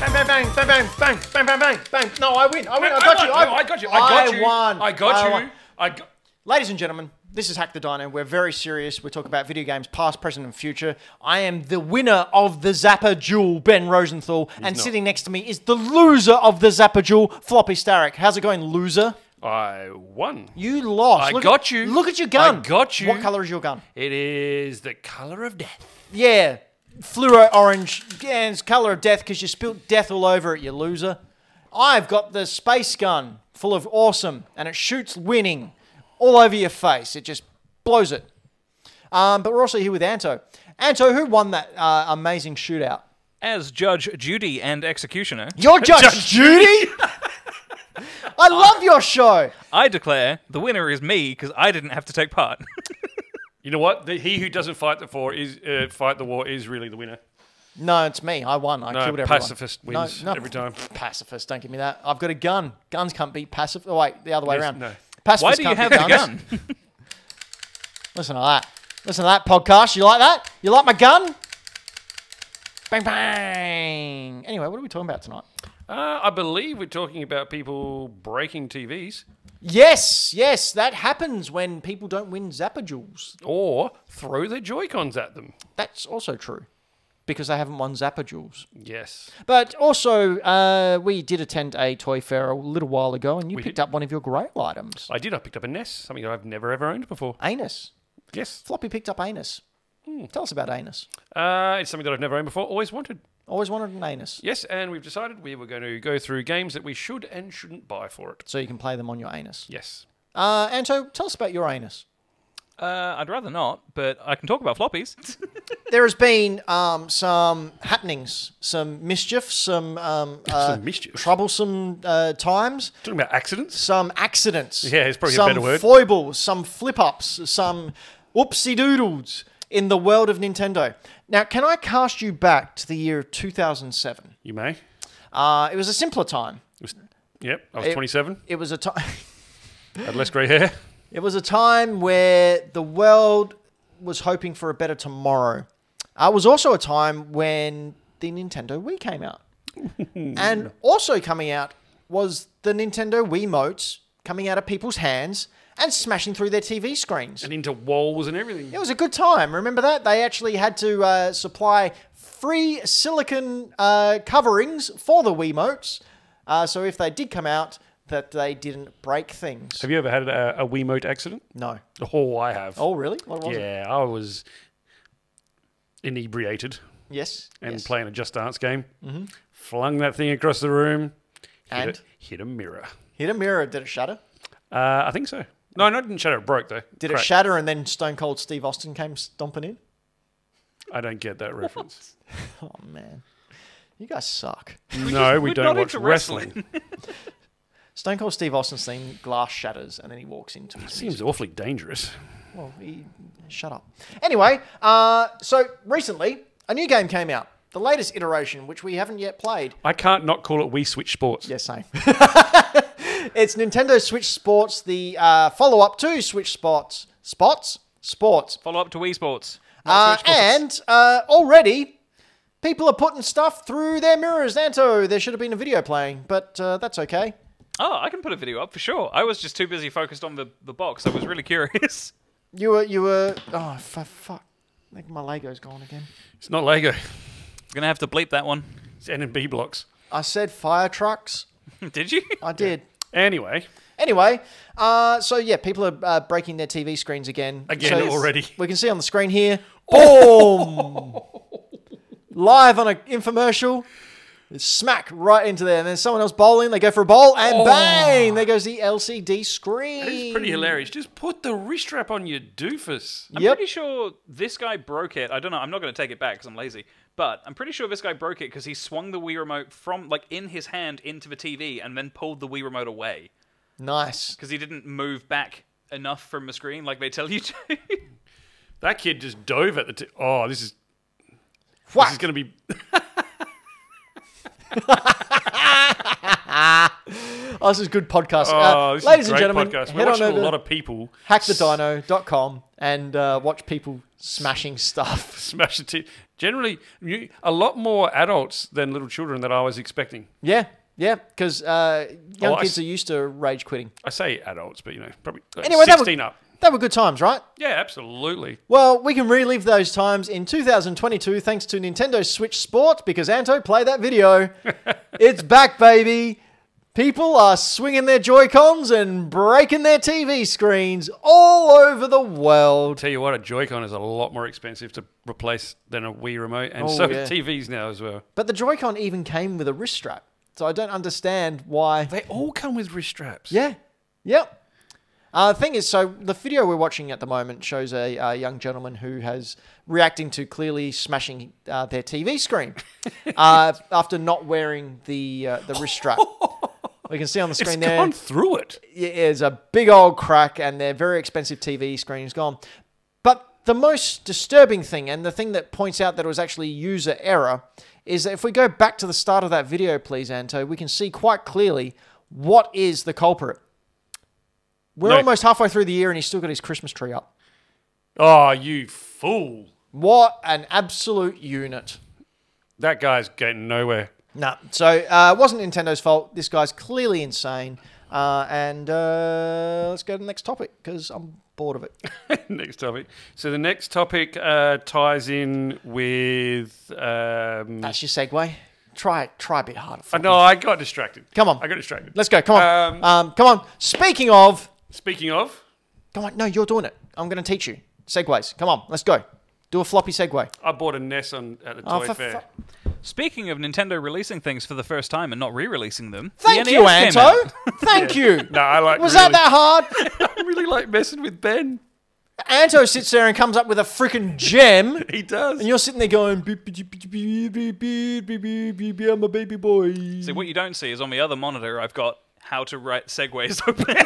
Bang, bang, bang, bang, bang, bang, bang, bang, bang, bang. No, I win. I win. I I got won. you. No, I got you. I got you. won. I got you. won. I got. Ladies and gentlemen, this is Hack the Dino. We're very serious. We're talking about video games, past, present, and future. I am the winner of the Zapper Duel, Ben Rosenthal. and not. sitting next to me is the loser of the Zapper Duel, Floppy Starrick. How's it going, loser? I won. You lost. I Look got at, you. Look at your I gun. got you. What color is your gun? It is the color of death. Yeah, fluoro orange. Yeah, it's color of death because you spilt death all over it, you loser. I've got the space gun full of awesome, and it shoots winning all over your face. It just blows it. Um, but we're also here with Anto. Anto, who won that uh, amazing shootout? As Judge Judy and Executioner, Your judge, Judy. I love your show. I declare the winner is me because I didn't have to take part. You know what? The, he who doesn't fight the war is uh, fight the war is really the winner. No, it's me. I won. I No, killed everyone. pacifist wins every time. Pacifist. Don't give me that. I've got a gun. Guns can't beat pacif. Oh wait, the other way Yes, around. no. Pacifists Why do you can't have beat the guns. gun? Listen to that. Listen to that podcast. You like that? You like my gun? Bang bang. Anyway, what are we talking about tonight? Uh, I believe we're talking about people breaking TVs Yes, yes, that happens when people don't win Zapper Jewels. or throw their Joy Cons at them. That's also true. Because they haven't won Zapper Jewels. Yes. But also, uh, we did attend a toy fair a little while ago and you picked did. up one of your grail items. I did. I picked up a Ness, something I've never ever owned before. Anus. Yes. Floppy picked up anus. Hmm, Tell us about anus. Uh, it's something that I've never owned before. Always wanted. Always wanted an anus. Yes, and we've decided we were going to go through games that we should and shouldn't buy for it. So you can play them on your anus. Yes. Uh, Anto, tell us about your anus. Uh, I'd rather not, but I can talk about floppies. there has been um, some happenings, some mischief, some, um, uh, mischief. troublesome uh, times, Talking about accidents. some accidents. Yeah, it's probably a some better word. foibles, some flip ups, some oopsie doodles in the world of Nintendo. Now, can I cast you back to the year of 2007? You may. It Uh, it was a simpler time. was- yep. I was 27. It was a time. Had less grey hair. It was a time where the world was hoping for a better tomorrow. Uh, it was also a time when the Nintendo Wii came out. and also coming out was the Nintendo Wiimotes coming out of people's hands and smashing through their TV screens. And into walls and everything. It was a good time. Remember that? They actually had to uh, supply free silicon uh, coverings for the Wiimotes. Uh, so if they did come out, that they didn't break things. Have you ever had a, a Wiimote accident? No. Oh, I have. Oh, really? What was it? yeah. I was inebriated Yes. and yes. playing a Just Dance game. Mm-hmm. Flung that thing across the room. hit And a- hit a mirror. hit a mirror. Did it shatter? Uh, I think so. No, no, it didn't shatter. It broke though. Did it Cracked. shatter and then Stone Cold Steve Austin came stomping in? I don't get that reference. Oh man, you guys suck. no, we we're don't not watch into wrestling. wrestling. Stone Cold Steve Austin's thing glass shatters and then he walks into his Seems awfully dangerous. Well, he, shut up. Anyway, uh, so recently a new game came out, the latest iteration, which we haven't yet played. I can't not call it We Switch Sports. Yeah, same. it's Nintendo Switch Sports, the uh, follow-up to Switch Sports, Spots, Sports. Follow up to Wii Sports. Uh, Not Switch Sports. and uh, already, people are putting stuff through their mirrors. Anto, there should have been a video playing, but uh, that's okay. oh, I can put a video up for sure. I was just too busy focused on the, the box. I was really curious. You were, you were. Oh f- fuck! I think my Lego's gone again. It's not Lego. Gonna have to bleep that one. It's N and B blocks. I said fire trucks. Did you? I did. Anyway, Anyway, uh, so yeah, people are uh, breaking their TV screens again. Again So already. We can see on the screen here. Boom! Live on an infomercial. Smack right into there. And then someone else bowling. They go for a bowl and bang! There goes the LCD screen. it's Oh. pretty hilarious. Just put the wrist wrap on you doofus. I'm Yep. pretty sure this guy broke it. I don't know. I'm not going to take it back because I'm lazy. But I'm pretty sure this guy broke it because he swung the Wii remote from, like, in his hand into the TV and then pulled the Wii remote away Nice. because he didn't move back enough from the screen like they tell you to. That kid just dove at the. T- oh, this is this is Whack. going to be. Oh, this is good podcast. Oh, Uh, this ladies and is a great gentlemen, podcast. head We're on watching a over lot to of people hackthedino.com and uh, watch people smashing stuff. smash the teeth. Generally, you, a lot more adults than little children that I was expecting. Yeah, yeah, because uh, young Oh, I kids s- are used to rage quitting. I say adults, but you know, probably like Anyway, that 16 were, up. that were good times, right? Yeah, absolutely. Well, we can relive those times in 2022 thanks to Nintendo Switch Sports because Anto, play that video. it's back, baby. People are swinging their Joy-Cons and breaking their TV screens all over the world. Tell you what, a Joy-Con is a lot more expensive to replace than a Wii remote, and Oh, so yeah. TVs now as well. But the Joy-Con even came with a wrist strap. So I don't understand why. They all come with wrist straps. Yeah. Yep. Uh, the thing is, so the video we're watching at the moment shows a, uh young gentleman who has reacting to clearly smashing uh, their TV screen uh, after not wearing the uh, the wrist strap. we can see on the it's screen there gone through it. it is a big old crack and their very expensive TV screen's gone. But the most disturbing thing, and the thing that points out that it was actually user error, is that if we go back to the start of that video, please, Anto, we can see quite clearly what is the culprit. We're No. almost halfway through the year and he's still got his Christmas tree up. Oh, you fool! What an absolute unit. That guy's getting nowhere. No. So uh, it wasn't Nintendo's fault. This guy's clearly insane. Uh, and uh, let's go to the next topic because I'm bored of it. next topic. So the next topic uh, ties in with. Um, That's your segue. Try try a bit harder. uh, no, I got distracted. Come on. I got distracted. Let's go. Come on. Um, Um, come on. Speaking of, Speaking of, come on. No, you're doing it. I'm going to teach you segways. Come on. Let's go. Do a floppy segue. I bought a NES on at the Oh, toy for fair. fu- Speaking of Nintendo releasing things for the first time and not re-releasing them, E the Thank you, NES came Anto. out. Thank you. no, I like. Was that really, that hard? I really like messing with Ben. Anto sits there and comes up with a freaking gem, He does. and you're sitting there going, "Beep, beep, beep, beep, beep, beep, beep, beep, beep, beep, "I'm a baby boy." See, what you don't see is on the other monitor, I've got how to write segues open.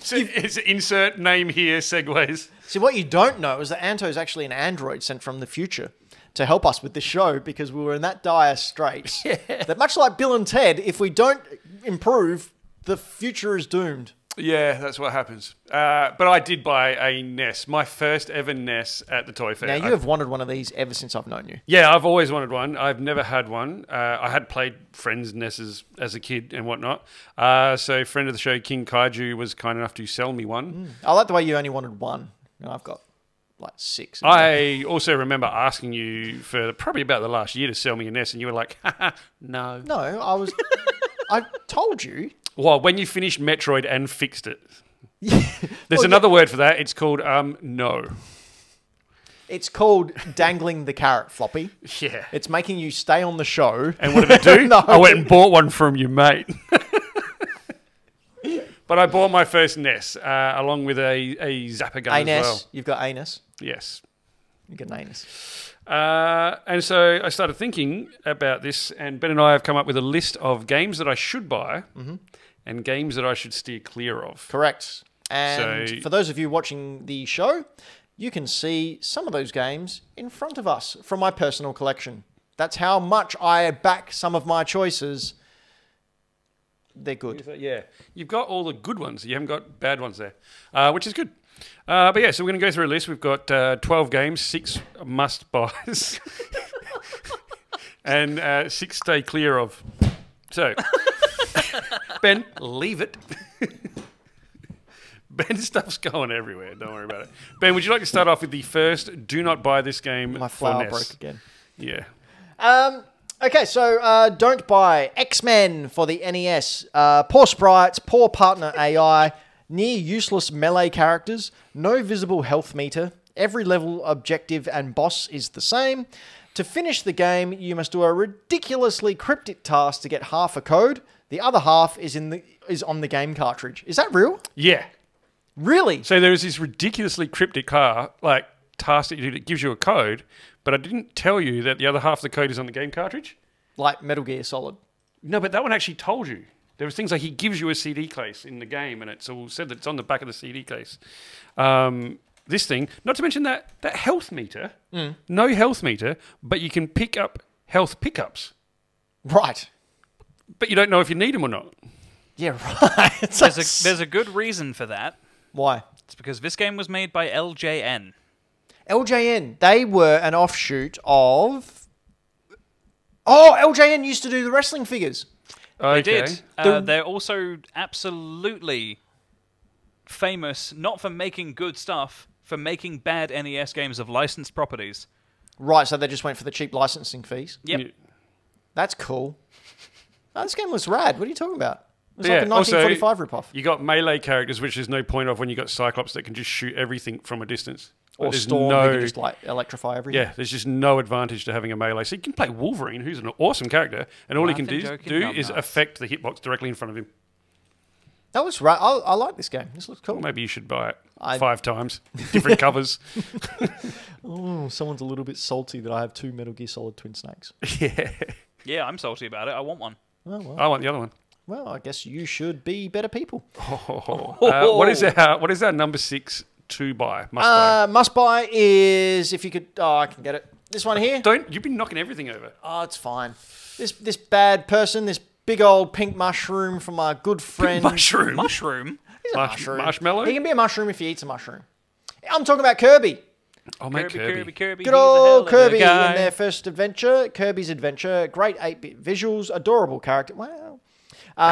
So it's insert name here. Segues. See, what you don't know is that Anto's actually an android sent from the future to help us with this show because we were in that dire straits. That much like Bill and Ted, if we don't improve, the future is doomed. Yeah, that's what happens. Uh, but I did buy a NES, my first ever NES at the toy fair. Now, I- you have wanted one of these ever since I've known you. Yeah, I've always wanted one. I've never had one. Uh, I had played friends' Nesses as a kid and whatnot. Uh, so, friend of the show, King Kaiju, was kind enough to sell me one. I like the way you only wanted one, and I've got like six. I also remember asking you for probably about the last year to sell me a Ness, and you were like, Haha, no. no, I was. I told you. Well, when you finished Metroid and fixed it. There's Well, another word for that. It's called um no. It's called dangling the carrot, Floppy. Yeah. It's making you stay on the show. And what did it do? No. I went and bought one from you, mate. but I bought my first NES uh, along with a, a Zapper gun Anus. as well. You've got anus. Yes. You've got an anus. Uh, and so I started thinking about this, and Ben and I have come up with a list of games that I should buy and games that I should steer clear of. Correct. And So- for those of you watching the show, you can see some of those games in front of us from my personal collection. That's how much I back some of my choices. They're good. Yeah. You've got all the good ones, you haven't got bad ones there, uh, which is good. Uh, but yeah, so we're going to go through a list. We've got uh, 12 games, six must buys, and uh, six stay clear of. So, Ben, leave it. Ben, stuff's going everywhere. Don't worry about it. Ben, would you like to start off with the first do not buy this game? My for flower NES? broke again. Yeah. Um, okay, so uh, don't buy X Men for the NES. Uh, poor sprites, poor partner AI, near useless melee characters, no visible health meter. Every level objective and boss is the same. To finish the game, you must do a ridiculously cryptic task to get half a code. The other half is in the is on the game cartridge. Is that real? Yeah. Really? So there was this ridiculously cryptic car like task that you do that gives you a code, but I didn't tell you that the other half of the code is on the game cartridge. Like Metal Gear Solid. No, but that one actually told you. There was things like he gives you a CD case in the game, and it's all said that it's on the back of the CD case. Um, this thing, not to mention that that health meter, Mm. no health meter, but you can pick up health pickups. Right. but you don't know if you need them or not. Yeah, right. It's like, There's a, there's a good reason for that. why? It's because this game was made by LJN. LJN. They were an offshoot of. Oh, LJN used to do the wrestling figures. They Okay. did. Uh, The- They're also absolutely famous not for making good stuff, for making bad NES games of licensed properties. Right, so they just went for the cheap licensing fees. Yep. Yeah. That's cool. Oh, this game was rad. What are you talking about? It was like Yeah, a also- 1945 ripoff. You got melee characters, which there's no point of when you got Cyclops that can just shoot everything from a distance. Like, Or there's Storm, no- they could just like electrify everything. yeah, there's just no advantage to having a melee. So you can play Wolverine, who's an awesome character, and all he Laughing, can do, joking, do dumb is nuts. affect the hitbox directly in front of him. That was right. I, I like this game. This looks cool. Maybe you should buy it I- five times, different covers. Oh, someone's a little bit salty that I have two Metal Gear Solid Twin Snakes. yeah, Yeah, I'm salty about it. I want one. Oh, well. I want the other one. well, I guess you should be better people. Uh, what is our what is our number six to buy? Must buy. Uh, must buy is if you could. Oh, I can get it. This one here. Don't you've been knocking everything over. Oh, it's fine. This this bad person, this big old pink mushroom from our good friend. Mushroom, Mushroom? He's a Marsh- mushroom. marshmallow? He can be a mushroom if he eats a mushroom. I'm talking about Kirby. Oh my Kirby, Kirby, Kirby. Good he's a old hell of a Kirby guy. in their first adventure. Kirby's Adventure. Great 8 bit visuals, adorable character. Wow.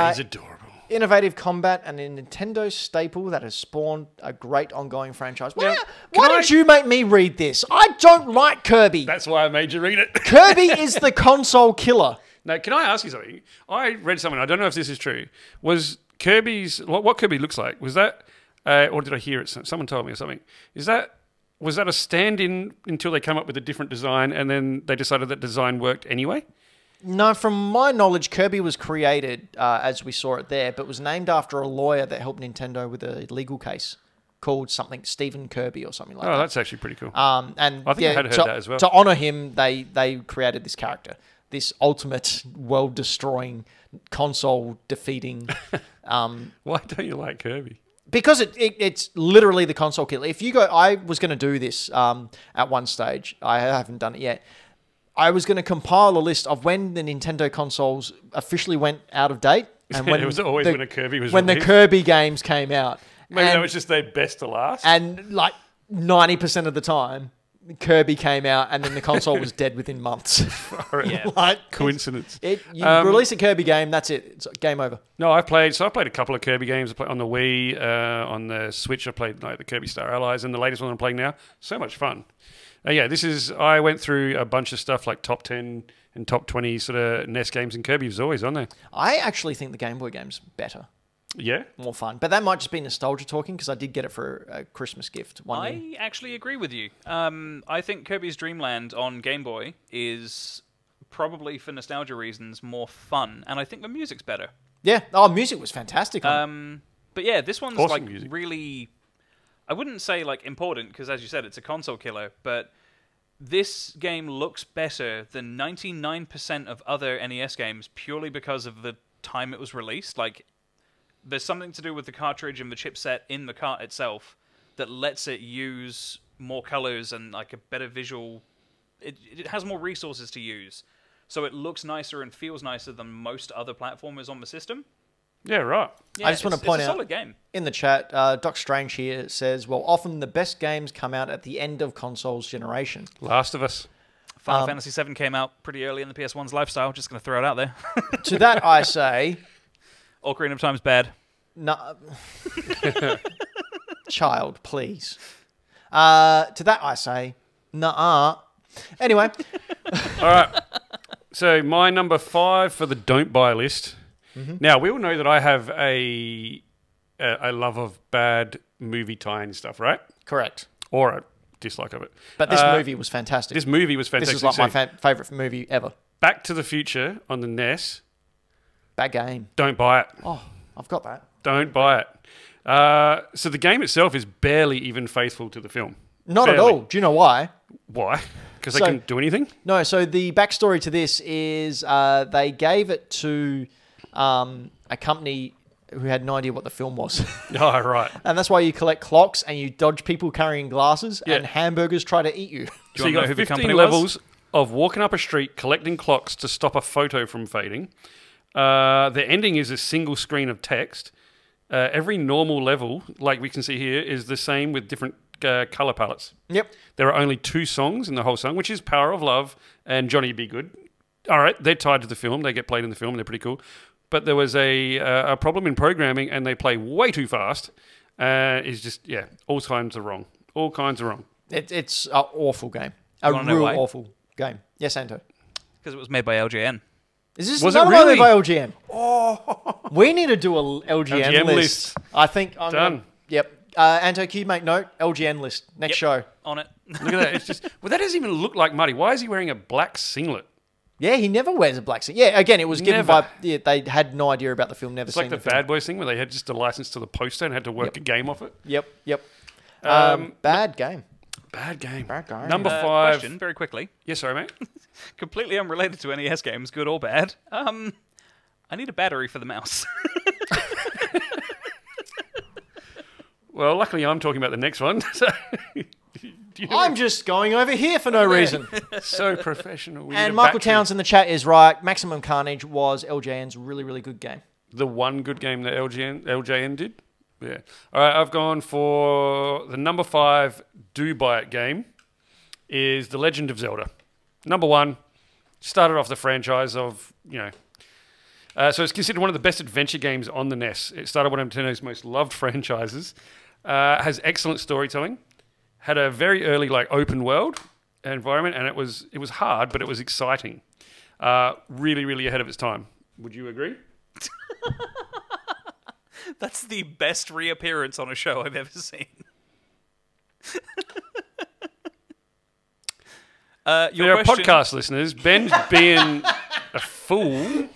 He's adorable. Innovative combat and a Nintendo staple that has spawned a great ongoing franchise. Wow. can Why I- did you make me read this? I don't like Kirby. That's why I made you read it. Kirby is the console killer. Now, can I ask you something? I read something. I don't know if this is true. Was Kirby's what, what Kirby looks like? Was that, uh, or did I hear it? Some- Someone told me or something. Is that was that a stand-in until they came up with a different design, and then they decided that design worked anyway? No, from my knowledge, Kirby was created uh, as we saw it there, but was named after a lawyer that helped Nintendo with a legal case called something Stephen Kirby or something like Oh, that. that's actually pretty cool. Um, and I think I yeah, had heard to, that as well. To honor him, they they created this character, this ultimate world destroying, console defeating, um, Why don't you like Kirby? because it, it it's literally the console killer. If you go, I was going to do this um, at one stage. I haven't done it yet. I was going to compile a list of when the Nintendo consoles officially went out of date, and Yeah, when it was always when a Kirby was when the released. Kirby games came out. Maybe that And- was just their best to last. and like 90% of the time kirby came out and then the console was dead within months Yeah. like Coincidence. it, you Um, release a kirby game that's it it's game over No, I've played. So I played a couple of Kirby games. I played on the Wii, uh, on the Switch. I played like the Kirby Star Allies, and the latest one I'm playing now. So much fun. Uh, yeah, this is. I went through a bunch of stuff like top ten and top twenty sort of NES games, and Kirby was always on there. i actually think the game boy game's better Yeah, more fun but that might just be nostalgia talking because i did get it for a christmas gift one year I actually agree with you. Um, I think Kirby's Dream Land on Game Boy is probably for nostalgia reasons more fun, and I think the music's better. yeah oh music was fantastic on it. Um, but yeah, this one's Awesome like music. really. I wouldn't say like important because, as you said, it's a console killer. But this game looks better than 99% of other NES games purely because of the time it was released. Like, there's something to do with the cartridge and the chipset in the cart itself that lets it use more colors and like a better visual. It, it has more resources to use, so it looks nicer and feels nicer than most other platformers on the system. yeah, right. I just Yeah, wanna it's- point it's a out- solid game. in the chat uh, doc strange here says well often the best games come out at the end of consoles generation Last of Us. Final Fantasy VII came out pretty early in the PS1's lifestyle. Just going to throw it out there. to that i say Ocarina of Time's bad. No. Child, please. Uh, to that I say, nah. Anyway, All right. So my number five for the don't buy list. Mm-hmm. Now we all know that I have a a, a love of bad movie tie-in stuff, right? correct. Or a dislike of it. But this Uh, movie was fantastic. This This, movie was fantastic. is like my too. fa- favorite movie ever. Back to the Future on the NES. Bad game. Don't buy it. Oh, I've got that. Don't buy it. Uh, so the game itself is barely even faithful to the film. Not at Barely. all. Do you know why? Why? Because they So- couldn't do anything. No. So the backstory to this is uh, they gave it to um, a company who had no idea what the film was. Oh, right. and that's why you collect clocks and you dodge people carrying glasses Yeah. and hamburgers try to eat you. Do so you you want got to know who the 15 company was? levels of walking up a street collecting clocks to stop a photo from fading. Uh, the ending is a single screen of text. Uh, every normal level, like we can see here, is the same with different uh, color palettes. Yep. There are only two songs in the whole song, which is Power of Love and Johnny Be Good. All right, they're tied to the film. They get played in the film. They're pretty cool. But there was a, uh, a problem in programming and they play way too fast. Uh, it's just, yeah, all kinds are wrong. All kinds are wrong. It, it's an awful game. A Wanna know real why? awful game. Yes, Anto. because it was made by LJN. Is this Was it another really? one by LGM? Oh. We need to do a l- LGM, LGM list. list. I think I'm Done. gonna- yep. Uh, Anto, can you make note? LGN list. Next show. On it. Look at that. It's just, well, that doesn't even look like Marty. Why is he wearing a black singlet? Yeah, he never wears a black suit. Yeah, again, it was given Never. by. Yeah, they had no idea about the film. Never It's seen like the film. Bad Boys thing where they had just a license to the poster and had to work a game off it. Yep, yep. Um, bad game. Bad game. Bad game. Number Uh, five. Question very quickly, Yes, sorry, mate. completely unrelated to NES games, good or bad. Um, I need a battery for the mouse. Well, luckily I'm talking about the next one. So, Do you know- I'm just going over here for no reason. so professional. We need and a Michael battery. Towns in the chat is right. Maximum Carnage was LJN's really, really good game. the one good game that LGN, LJN did. Yeah. All right, I've gone for the number five do buy it game is The Legend of Zelda. Number one, started off the franchise of, you know, uh, so it's considered one of the best adventure games on the NES. It started one of Nintendo's most loved franchises. Uh, has excellent storytelling. Had a very early like open world environment, and it was it was hard, but it was exciting. Uh, really, really ahead of its time. Would you agree? That's the best reappearance on a show I've ever seen. uh, your There are question- podcast listeners. Ben's being a fool.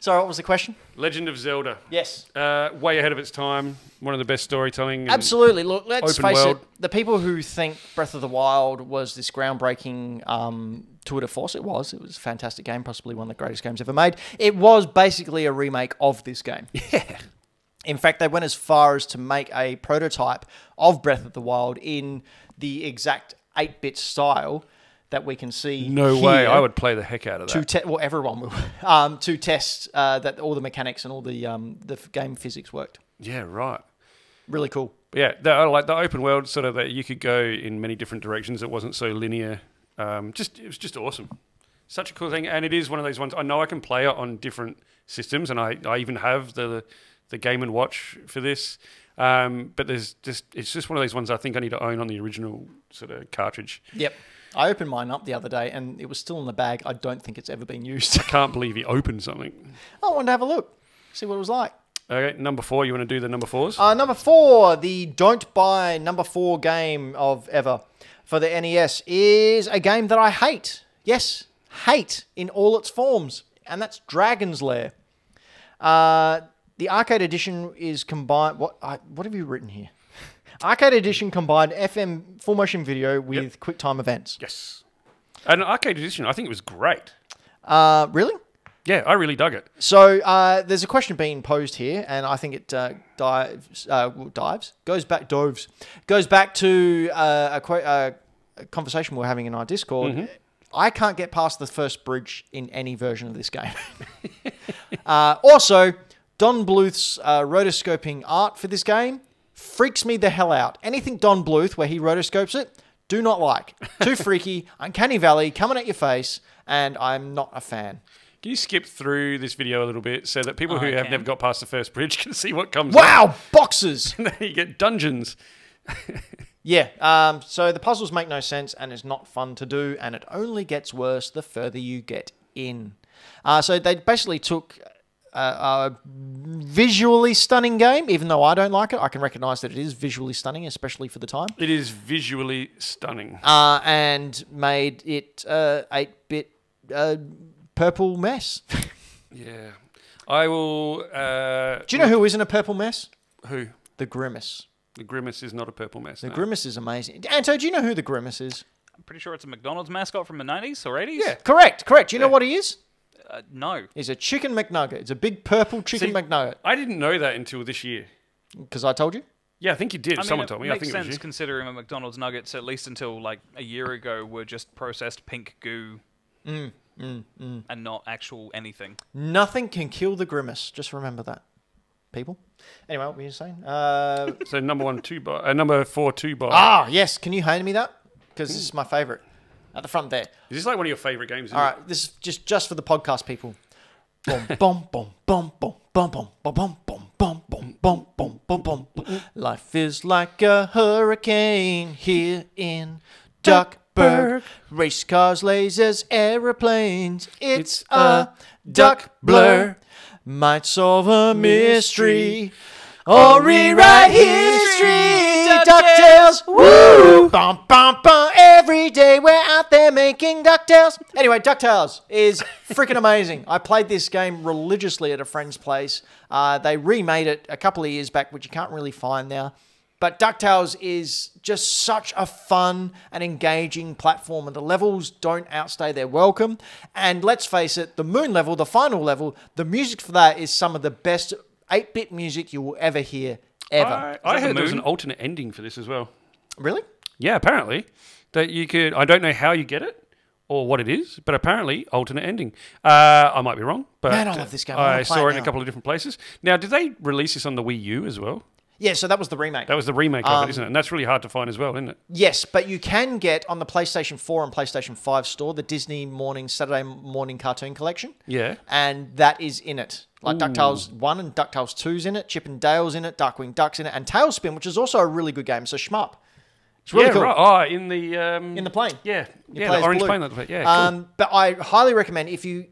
Sorry, what was the question? Legend of Zelda, Yes. uh, way ahead of its time. One of the best storytelling. and- Absolutely. Look, let's Open face world. it. The people who think Breath of the Wild was this groundbreaking um, tour de force, it was. It was a fantastic game, possibly one of the greatest games ever made. It was basically a remake of this game. Yeah. In fact, they went as far as to make a prototype of Breath of the Wild in the exact 8 bit style that we can see. No here way. I would play the heck out of to that. te- well everyone will um, to test uh, that all the mechanics and all the um, the f- game physics worked. yeah, right. Really cool. But yeah, the, I like the open world, sort of that you could go in many different directions. It wasn't so linear. Um, just it was just awesome. Such a cool thing, and it is one of those ones. I know I can play it on different systems, and I, I even have the the Game and Watch for this. Um, but there's just it's just one of those ones I think I need to own on the original sort of cartridge. Yep. I opened mine up the other day and it was still in the bag. I don't think it's ever been used. Can't believe he opened something. I wanted to have a look, see what it was like. Okay, number four. You want to do the number fours? Uh, number four, the don't buy number four game of ever for the NES is a game that I hate. Yes, hate in all its forms, and that's Dragon's Lair. Uh, the arcade edition is combined. What I, what have you written here? Arcade edition combined FM full motion video with QuickTime events. yes. An arcade edition. I think it was great. Uh, really? Yeah, I really dug it. So uh, there's a question being posed here, and I think it uh, dives, uh, well, dives, goes back, doves, goes back to uh, a, que- uh, a conversation we we're having in our Discord. I can't get past the first bridge in any version of this game. uh, also, Don Bluth's uh, rotoscoping art for this game freaks me the hell out. Anything Don Bluth where he rotoscopes it, do not like. Too freaky, uncanny valley, coming at your face, and I'm not a fan. Can you skip through this video a little bit so that people who Oh, I have can. never got past the first bridge can see what comes? up? Wow, boxes. And then you get dungeons. Yeah. Um, so the puzzles make no sense and it's not fun to do, and it only gets worse the further you get in. Uh, so they basically took a, a visually stunning game, even though I don't like it. I can recognize that it is visually stunning, especially for the time, It is visually stunning. uh, and made it uh, 8 bit uh, purple mess. Yeah. I will. Uh, do you know who isn't a purple mess? who? The Grimace. The grimace is not a purple mess. The no. Grimace is amazing. Anto, do you know who the Grimace is? I'm pretty sure it's a McDonald's mascot from the 90s or 80s. Yeah. Correct, correct. Do you know what he is? Uh, no. He's a chicken McNugget. It's a big purple chicken See- McNugget. I didn't know that until this year. Because I told you. Yeah, I think you did. I mean, Someone it told me. Makes I think sense it was you. considering Mm, the McDonald's nuggets, at least until like a year ago, were just processed pink goo. and not actual anything. Nothing can kill the grimace. Just remember that, people. Anyway, what were you saying? Uh, So number one, two bar, uh, number four, two bar. ah, yes. Can you hand me that? Because this is my favorite. At the front there. Is this like one of your favorite games? isn't Ah, All right. This is just just for the podcast people. Boom, boom, boom, boom, boom, boom, boom, boom, boom, boom, boom, boom, boom, boom, boom, boom, boom. Life is like a hurricane here in Duckburg. Race cars, lasers, aeroplanes. It's It's a duck blur. Might solve a mystery or rewrite history. DuckTales, woo! Bum, bum, bum. Every day we're out there making DuckTales. Anyway, DuckTales is freaking amazing. I played this game religiously at a friend's place. Uh, they remade it a couple of years back, which you can't really find now. But DuckTales is just such a fun and engaging platform, and the levels don't outstay their welcome. And let's face it, the moon level, the final level, the music for that is some of the best 8 bit music you will ever hear, ever. I, that I the heard there was moon? an alternate ending for this as well. Really? Yeah, apparently that you could. I don't know how you get it or what it is, but apparently alternate ending. Uh, I might be wrong, but Man, I love this game. I wanna I play saw it it in now. a couple of different places. Now, did they release this on the Wii U as well? Yeah, so that was the remake. That was the remake Um, of it, isn't it? And that's really hard to find as well, isn't it? Yes, but you can get on the PlayStation 4 and PlayStation 5 store the Disney morning, Saturday morning cartoon collection. Yeah. And that is in it. Like Hmm. DuckTales 1 and DuckTales 2's in it, Chip and Dale's in it, Darkwing Duck's in it, and Tailspin, which is also a really good game. So shmup. It's really yeah, cool. right. Oh, in the um, In the plane. Yeah, yeah, play the as orange Blue. plane. That, yeah, cool. Um, but I highly recommend if you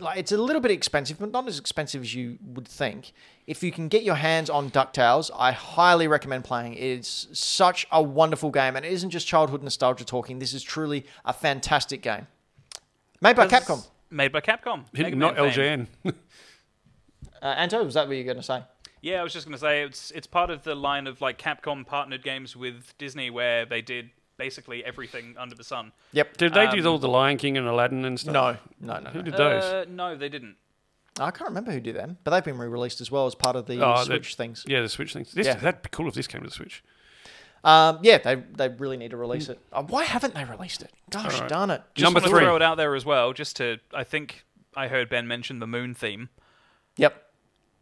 like, it's a little bit expensive, but not as expensive as you would think. If you can get your hands on Ducktales, I highly recommend playing. It's such a wonderful game, and it isn't just childhood nostalgia talking. This is truly a fantastic game, made by Capcom. Made by Capcom. Mega Hidden- not Man fame. LJN. Uh, Anto, was that what you were going to say? Yeah, I was just gonna say it's it's part of the line of like Capcom partnered games with Disney where they did basically everything under the sun. Yep. did they do all the Lion King and Aladdin and stuff? No, no, Um, no, Who no. did those? Uh, no, they didn't. I can't remember who did them, but they've been re-released as well as part of the Oh, the- Switch things. yeah, the Switch things. This, Yeah. That'd be cool if this came to the Switch. Um, yeah, they they really need to release it. Uh, why haven't they released it? Gosh Alright. darn it! Just Number wanna three. throw it out there as well, just to I think I heard Ben mention the moon theme. Yep.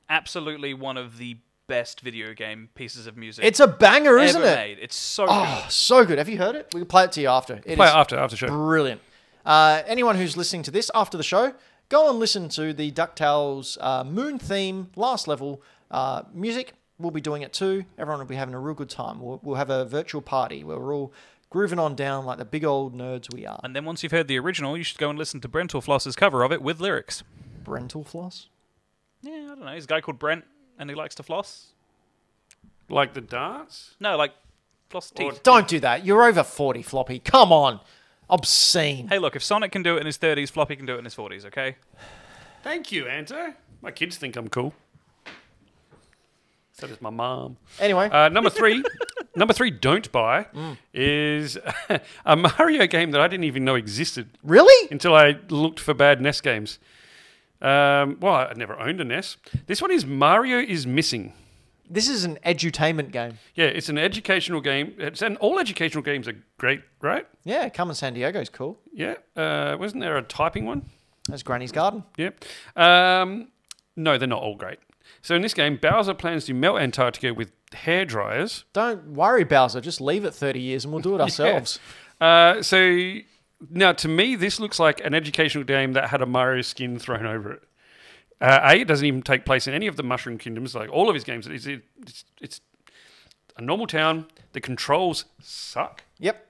Absolutely one of the best video game pieces of music It's a banger, ever isn't it? made. It's so Oh, so good. Have you heard it? We can play it to you after. It is Play it after after show. brilliant. Uh, anyone who's listening to this after the show, go and listen to the DuckTales uh, Moon theme last level uh, music. We'll be doing it too. Everyone will be having a real good time. We'll, we'll have a virtual party where we're all grooving on down like the big old nerds we are. And then once you've heard the original, you should go and listen to Brental Floss's cover of it with lyrics. Brental floss. Yeah, I don't know. He's a guy called Brent, and he likes to floss. Like the darts? No, like floss teeth. Oh, Don't do that. You're over forty, floppy. Come on, obscene. hey, look, if Sonic can do it in his 30s, Floppy can do it in his 40s, okay? Thank you, Anto. My kids think I'm cool. So does my mom. Anyway, Uh, number three, number three, don't buy is a Mario game that I didn't even know existed really? until I looked for bad NES games. Um, well, I never owned a NES. This one is Mario is missing. This is an edutainment game. Yeah, it's an educational game. It's, and all educational games are great, right? Yeah, come in San Diego's cool. Yeah. Uh, wasn't there a typing one? That's Granny's garden. Yep. Um, no, they're not all great. So in this game, Bowser plans to melt Antarctica with hair dryers. Don't worry, Bowser. Just leave it 30 years and we'll do it ourselves. Uh, so now, to me, this looks like an educational game that had a Mario skin thrown over it. Uh, a, it doesn't even take place in any of the Mushroom Kingdoms, like all of his games. It's, it's, it's a normal town. The controls suck. Yep.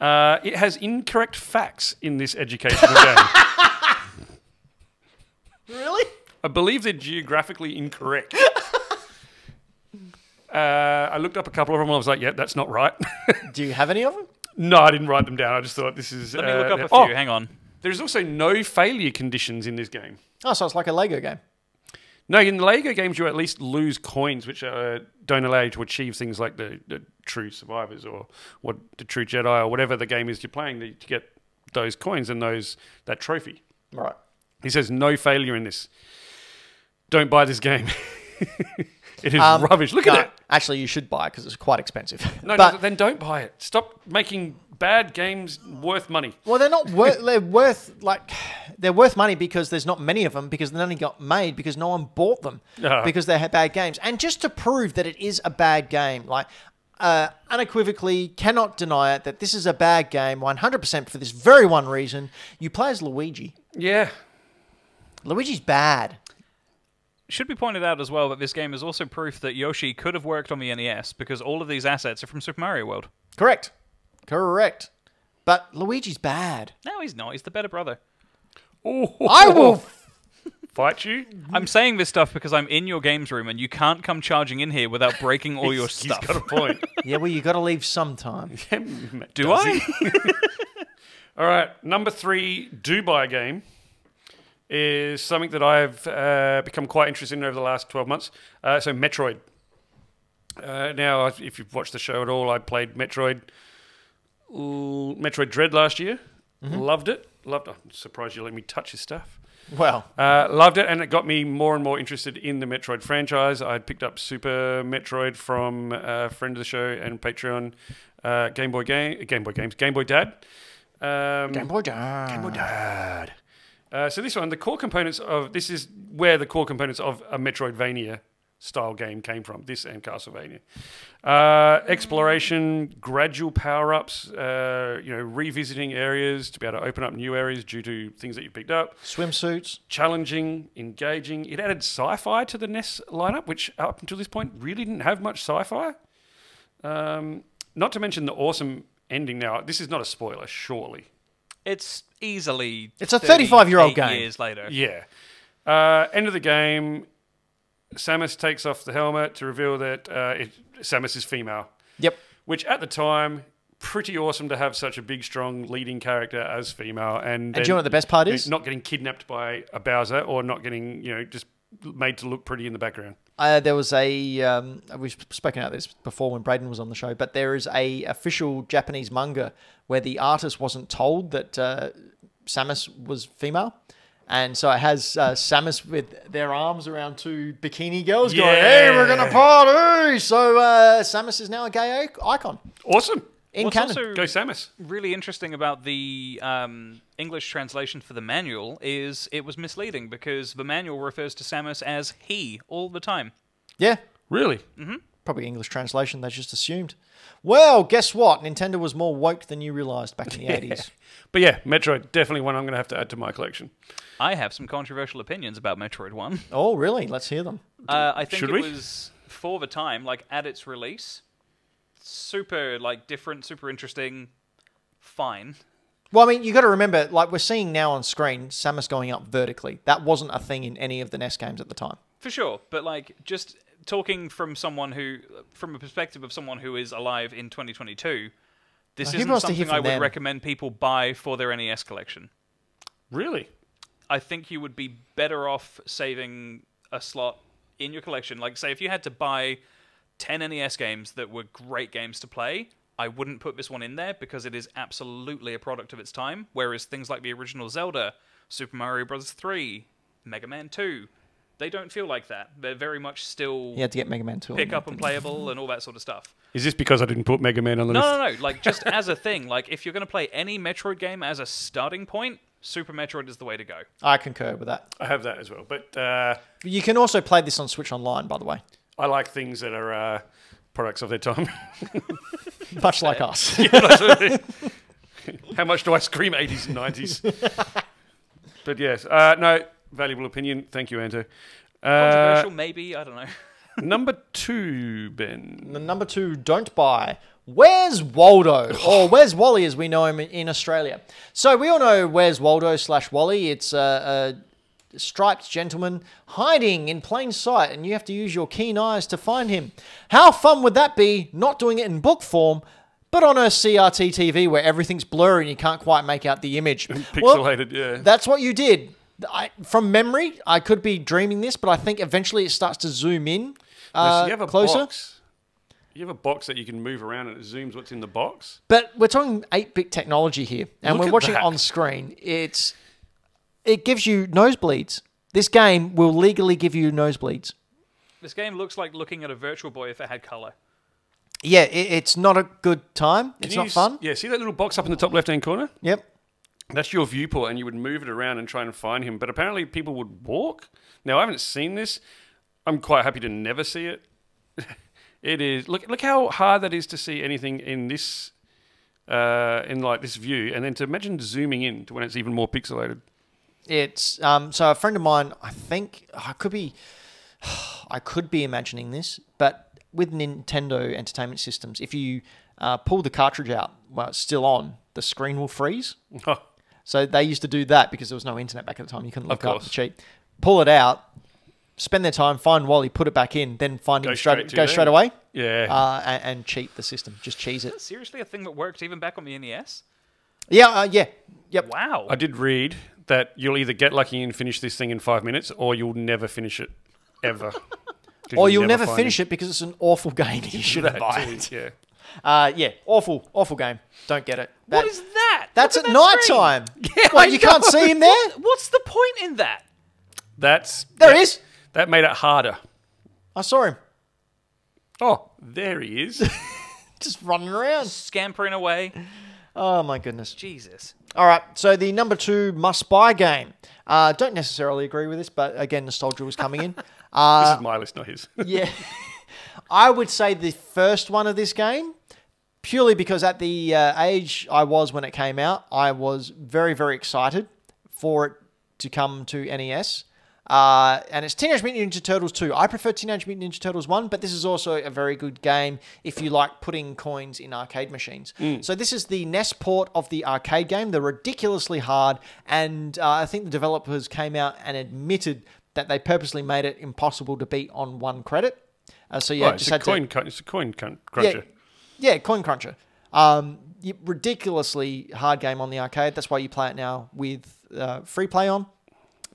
Uh, it has incorrect facts in this educational game. Really? I believe they're geographically incorrect. uh, I looked up a couple of them. I was like, "Yeah, that's not right." Do you have any of them? no, I didn't write them down. I just thought this is. Let me look up a few. Oh, Hang on. there's also no failure conditions in this game. Oh, so it's like a Lego game. No, in Lego games, you at least lose coins, which uh, don't allow you to achieve things like the, the true survivors or what the true Jedi or whatever the game is you're playing that you get those coins and those that trophy. Right. He says no failure in this. Don't buy this game. it is Um, rubbish. Look No, at it. Actually, you should buy because it's quite expensive. No, but no, then don't buy it. Stop making bad games worth money. Well, they're not worth. they're worth like they're worth money because there's not many of them because none got made because no one bought them Yeah. because they're bad games. And just to prove that it is a bad game, like uh, unequivocally cannot deny it that this is a bad game, 100% for this very one reason. You play as Luigi. Yeah. Luigi's bad. Should be pointed out as well that this game is also proof that Yoshi could have worked on the NES because all of these assets are from Super Mario World. Correct. Correct. But Luigi's bad. No, he's not. He's the better brother. Oh, I will. fight you. I'm saying this stuff because I'm in your games room and you can't come charging in here without breaking all your He's stuff. got a point. yeah, well, you got to leave sometime. Do I? All right, number three Dubai game is something that I've uh, become quite interested in over the last 12 months. Uh, so, Metroid. Uh, now, if- if you've watched the show at all, I played Metroid, ooh, Metroid Dread last year. Loved it. Loved. I'm surprised you let me touch your stuff. Well, Uh, loved it, and it got me more and more interested in the Metroid franchise. I picked up Super Metroid from a friend of the show and Patreon, uh, Game Boy Game, Game Boy Games, Game Boy Dad. Um, Game Boy Game Boy Dad. Uh, so this one, the core components of this is where the core components of a Metroidvania style game came from. This and Castlevania, uh, exploration, gradual power ups, uh, you know, revisiting areas to be able to open up new areas due to things that you picked up Swimsuits. challenging, engaging. It added sci-fi to the NES lineup, which up until this point really didn't have much sci-fi. Um, not to mention the awesome ending. Now, this is not a spoiler, surely. It's easily. It's a 35-year-old 38 game. Years later. Yeah. Uh, end of the game. Samus takes off the helmet to reveal that uh, it, Samus is female, Yep. which at the time. Pretty awesome to have such a big, strong leading character as female, And and, do you know what the best part you know, is? not getting kidnapped by a Bowser, or not getting you know just made to look pretty in the background. Uh, there was a um, we've spoken about this before when Braden was on the show, but there is a official Japanese manga where the artist wasn't told that uh, Samus was female, and so it has uh, Samus with their arms around two bikini girls going, Yeah. "Hey, we're gonna party!" So uh, Samus is now a gay i- icon Awesome. in What's canon. also Go Samus. really interesting about the um, English translation for the manual is it was misleading because the manual refers to Samus as he all the time. yeah, Really? Mm-hmm. probably English translation. They just assumed. Well, guess what? Nintendo was more woke than you realized back in the eighties. But yeah, Metroid, definitely one I'm going to have to add to my collection. I have some controversial opinions about Metroid One. Oh, really? Let's hear them. Uh, I think Should it we? was for the time, like at its release, super like different, super interesting. Fine. Well, I mean, you got to remember, like we're seeing now on screen, Samus going up vertically. That wasn't a thing in any of the NES games at the time. For sure, but like just talking from someone who, from a perspective of someone who is alive in 2022, this who isn't wants to hear something I from would them? recommend people buy for their NES collection. Really? I think you would be better off saving a slot in your collection. Like, say, if you had to buy 10 NES games that were great games to play, I wouldn't put this one in there because it is absolutely a product of its time. Whereas things like the original Zelda, Super Mario Bros. 3, Mega Man 2, they don't feel like that. They're very much still You had to get Mega Man 2. on pick that up and thing. playable and all that sort of stuff. Is this because I didn't put Mega Man on the list? No, no, no. Like, just as a thing, like, if you're going to play any Metroid game as a starting point, Super Metroid is the way to go. I concur with that. I have that as well. But uh, You can also play this on Switch Online, by the way, I like things that are uh, products of their time. much like us. How much do I scream 80s and 90s? but yes, uh, no, valuable opinion. Thank you, Anto. Uh, Controversial, maybe. I don't know. number two, Ben. the number two, don't buy. Where's Waldo? Or Where's Wally as we know him in Australia? So we all know Where's Waldo slash Wally. It's a, a striped gentleman hiding in plain sight, and you have to use your keen eyes to find him. How fun would that be not doing it in book form, but on a CRT TV where everything's blurry and you can't quite make out the image? Pixelated, yeah. That's what you did. I, from memory, I could be dreaming this, but I think eventually it starts to zoom in Now, so uh, closer. box. You have a box that you can move around and it zooms what's in the box. But we're talking 8-bit technology here, and Look we're at watching that. on screen. It's it gives you nosebleeds. This game will legally give you nosebleeds. This game looks like looking at a Virtual Boy if it had color. yeah, it, it's not a good time. It's Can not you s- fun. Yeah, see that little box up in the top left hand corner? Yep. That's your viewport, and you would move it around and try and find him. But apparently, people would walk. Now, I haven't seen this. I'm quite happy to never see it. it is look look how hard that is to see anything in this uh, in like this view, and then to imagine zooming in to when it's even more pixelated. It's um, so a friend of mine. I think I could be, I could be imagining this, but with Nintendo Entertainment Systems, if you uh, pull the cartridge out while it's still on, the screen will freeze. So they used to do that because there was no internet back at the time. You couldn't look up course. cheap. Pull it out, spend their time, find Wally, put it back in, then find Go him straight, straight to go them. straight away, yeah, uh, and, and cheat the system. Just cheese it. That's seriously a thing that worked even back on the NES? Yeah, uh, yeah, yep. Wow. I did read that you'll either get lucky and finish this thing in five minutes, or you'll never finish it ever. 'Cause Or you'll never finish it because it's an awful game. You shouldn't buy it. Yeah. Uh, yeah, awful, awful game. Don't get it. what That- is that? That's Look at that night screen. time. Yeah, What, I you can't know. see him there? What's the point in that? That's There that- he is. That made it harder. I saw him Oh, there he is. just running around. Scampering away. Oh my goodness. Jesus. All right, so the number two must buy game. Uh, don't necessarily agree with this, but again, nostalgia was coming in. Uh, this is my list, not his. yeah, I would say the first one of this game, purely because at the uh, age I was when it came out, I was very very excited for it to come to NES. Uh, and it's Teenage Mutant Ninja Turtles 2. I prefer Teenage Mutant Ninja Turtles 1, but this is also a very good game if you like putting coins in arcade machines. Mm. So, this is the NES port of the arcade game. They're ridiculously hard, and uh, I think the developers came out and admitted that they purposely made it impossible to beat on one credit. Uh, so, yeah, Right, just it's, a had to. coin, crun- it's a coin crun- cruncher. Yeah, yeah, Coin Cruncher. Um, y- ridiculously hard game on the arcade. That's why you play it now with uh, free play on.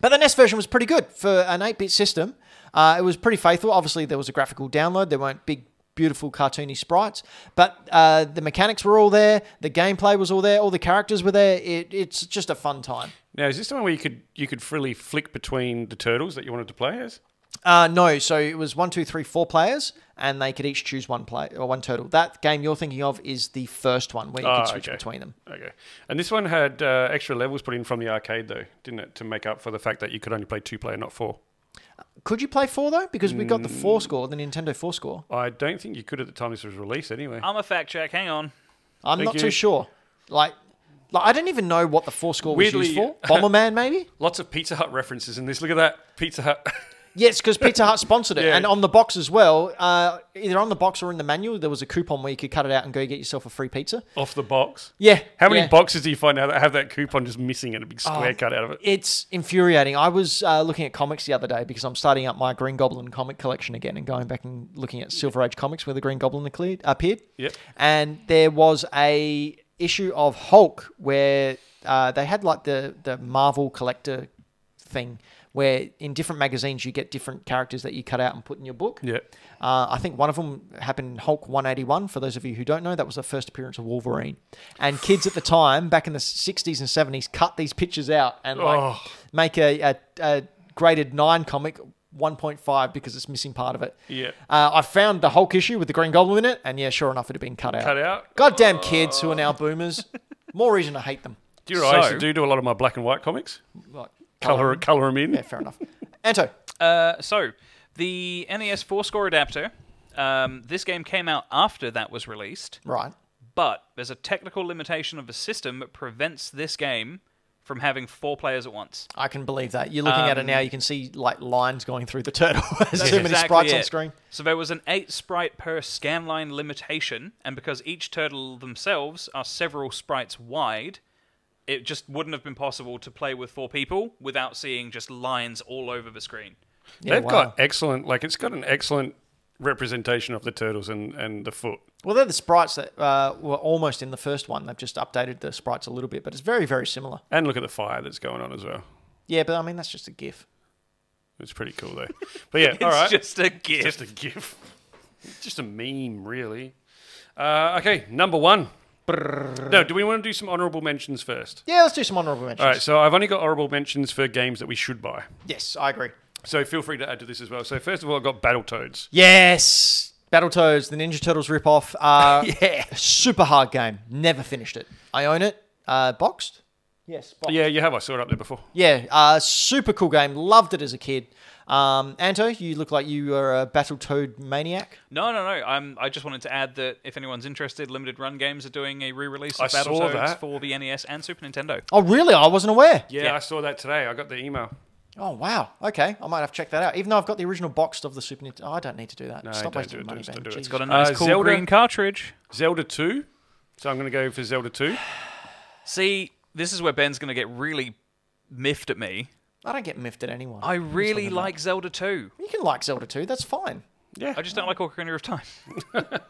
But the NES version was pretty good for an 8 bit system. Uh, it was pretty faithful. Obviously, there was a graphical download. There weren't big, beautiful, cartoony sprites. But uh, the mechanics were all there. The gameplay was all there. All the characters were there. It, it's just a fun time. Now, is this the one where you could you could freely flick between the turtles that you wanted to play as? Uh, no, so it was one, two, three, four players, and they could each choose one play or one turtle. That game you're thinking of is the first one where you Ah, could switch okay. between them. Okay. And this one had uh, extra levels put in from the arcade, though, didn't it, to make up for the fact that you could only play two player, not four. Could you play four though? Because we got the Mm. four score, the Nintendo four score. I don't think you could at the time this was released, anyway. I'm a fact check. Hang on. I'm Thank not you. too sure. Like, like I don't even know what the four score Weirdly- was used for. Bomberman, maybe? Lots of Pizza Hut references in this. Look at that Pizza Hut. Yes, because Pizza Hut sponsored it, Yeah. and on the box as well. Uh, either on the box or in the manual, there was a coupon where you could cut it out and go get yourself a free pizza. off the box. Yeah. How many yeah. Oh. boxes do you find out that have that coupon just missing and a big square cut out of it? It's infuriating. I was uh, looking at comics the other day because I'm starting up my Green Goblin comic collection again and going back and looking at Silver Age comics where the Green Goblin appeared. appeared. Yep. And there was a issue of Hulk where uh, they had like the the Marvel collector thing where in different magazines you get different characters that you cut out and put in your book. Yeah. Uh, I think one of them happened in Hulk 181. For those of you who don't know, that was the first appearance of Wolverine. And kids at the time, back in the 60s and 70s, cut these pictures out and like Oh. make a, a, a graded 9 comic 1.5 because it's missing part of it. Yeah. Uh, I found the Hulk issue with the Green Goblin in it, and yeah, sure enough, it had been cut out. Cut out. Goddamn kids who are now boomers. More reason to hate them. Do you know what I used to So- do to a lot of my black and white comics? Like, Color, color them in. Yeah, fair enough. Anto, Uh, so, the NES 4 score adapter. Um, this game came out after that was released, right. but there's a technical limitation of the system that prevents this game from having four players at once. I can believe that. You're looking at Um, it now, you can see like lines going through the turtle. There's too many Exactly sprites on it. screen. So there was an eight sprite per scanline limitation, and because each turtle themselves are several sprites wide, it just wouldn't have been possible to play with four people without seeing just lines all over the screen. Yeah, They've wow. got excellent, like it's got an excellent representation of the turtles and, and the foot. Well, they're the sprites that uh, were almost in the first one. They've just updated the sprites a little bit, but it's very, very similar. And look at the fire that's going on as well. Yeah, but I mean, that's just a GIF. It's pretty cool though. But yeah, It's all right. just a gift. Just a gif. Just a meme, really. Uh, okay, number one. No, do we want to do some honorable mentions first? Yeah, let's do some honorable mentions. All right, so I've only got honorable mentions for games that we should buy. Yes, I agree. So feel free to add to this as well. So first of all, I've got Battletoads. Yes. Battletoads, the Ninja Turtles ripoff, are Yeah. a super hard game. Never finished it. I own it. Uh, boxed? Yes, boxed. Yeah, you have. I saw it up there before. Yeah, uh, super cool game. Loved it as a kid. Um, Anto, you look like you are a Battletoad maniac. No, no, no. I'm, I just wanted to add that if anyone's interested, Limited Run Games are doing a re-release I of saw Battletoads that. for the NES and Super Nintendo. Oh, really? I wasn't aware. Yeah, Yeah. I saw that today. I got the email. Oh, wow. Okay, I might have to check that out. Even though I've got the original boxed of the Super Nintendo. oh, I don't need to do that. No, Stop don't wasting do it, money, don't- man. don't do it. It's Jeez. Got a Uh, nice cool Zelda- green cartridge. Zelda 2. So I'm going to go for Zelda 2. See, this is where Ben's going to get really miffed at me. I don't get miffed at anyone. I really like Zelda 2. You can like Zelda 2. That's fine. Yeah. I just don't like Ocarina of Time.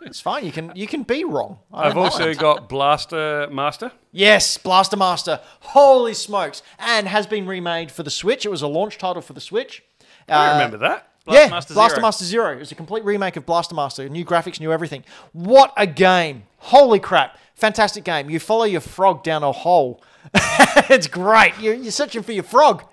It's fine. You can you can be wrong. I I've don't also mind. got Blaster Master. yes, Blaster Master. Holy smokes! And has been remade for the Switch. It was a launch title for the Switch. I Uh, remember that. yeah, Master Blaster Zero. Master Zero. It was a complete remake of Blaster Master. New graphics, new everything. What a game! Holy crap! Fantastic game. You follow your frog down a hole. it's great. You're, you're searching for your frog.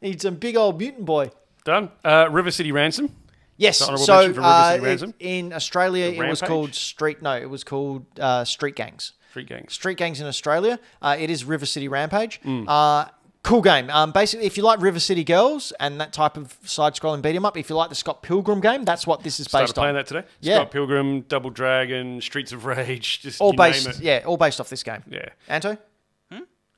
He's a big old mutant boy. Done. Uh, River City Ransom. Yes. Honourable So mention for River City uh, Ransom. in Australia, it was Rampage? called Street. No, it was called uh, Street Gangs. Street Gangs. Street Gangs in Australia. Uh, it is River City Rampage. Uh, cool game. Um, basically, if you like River City Girls and that type of side-scrolling beat 'em up, if you like the Scott Pilgrim game, that's what this is Started based playing on. that today. Yeah. Scott Pilgrim, Double Dragon, Streets of Rage. Just all you Name based, it. yeah, all based off this game. Yeah. Anto,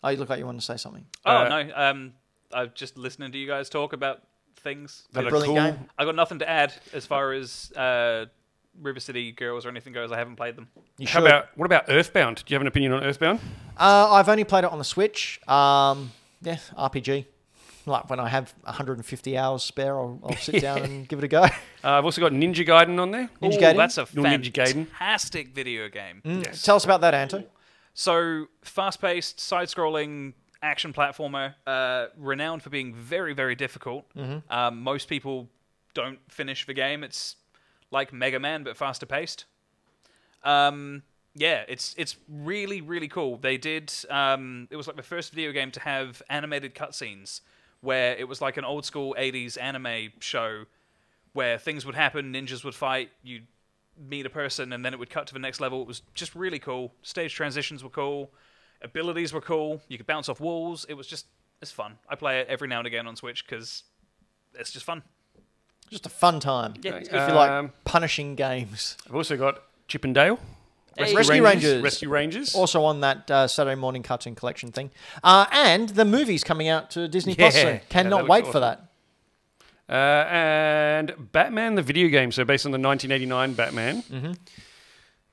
oh, you look like you want to say something. Oh Uh, no, um, I've just listening to you guys talk about things. That are Brilliant cool. game. I got nothing to add as far as uh, River City Girls or anything goes. I haven't played them. You How should. about what about Earthbound? Do you have an opinion on Earthbound? Uh, I've only played it on the Switch. Um, yeah, RPG. Like when I have 150 hours spare, I'll, I'll sit down and give it a go. Uh, I've also got Ninja Gaiden on there. Ninja Ooh, Gaiden? that's a You're Ninja Gaiden. fantastic video game. Tell us about that, Anto. So fast-paced, side-scrolling action platformer, uh, renowned for being very, very difficult. Mm-hmm. Um, most people don't finish the game. It's like Mega Man but faster paced. Um, yeah, it's it's really really cool. They did. Um, it was like the first video game to have animated cutscenes, where it was like an old school '80s anime show, where things would happen, ninjas would fight, you'd meet a person, and then it would cut to the next level. It was just really cool. Stage transitions were cool, abilities were cool. You could bounce off walls. It was just it's fun. I play it every now and again on Switch because it's just fun. Just a fun time. Yeah, If you like Um, punishing games. I've also got Chip and Dale. Rescue Rangers. Rescue Rangers. Also on that uh, Saturday morning cartoon collection thing. Uh, and the movie's coming out to Disney Plus Yeah. soon. Yeah, Cannot that looks wait for awesome. that. Uh, and Batman the video game, so based on the 1989 Batman.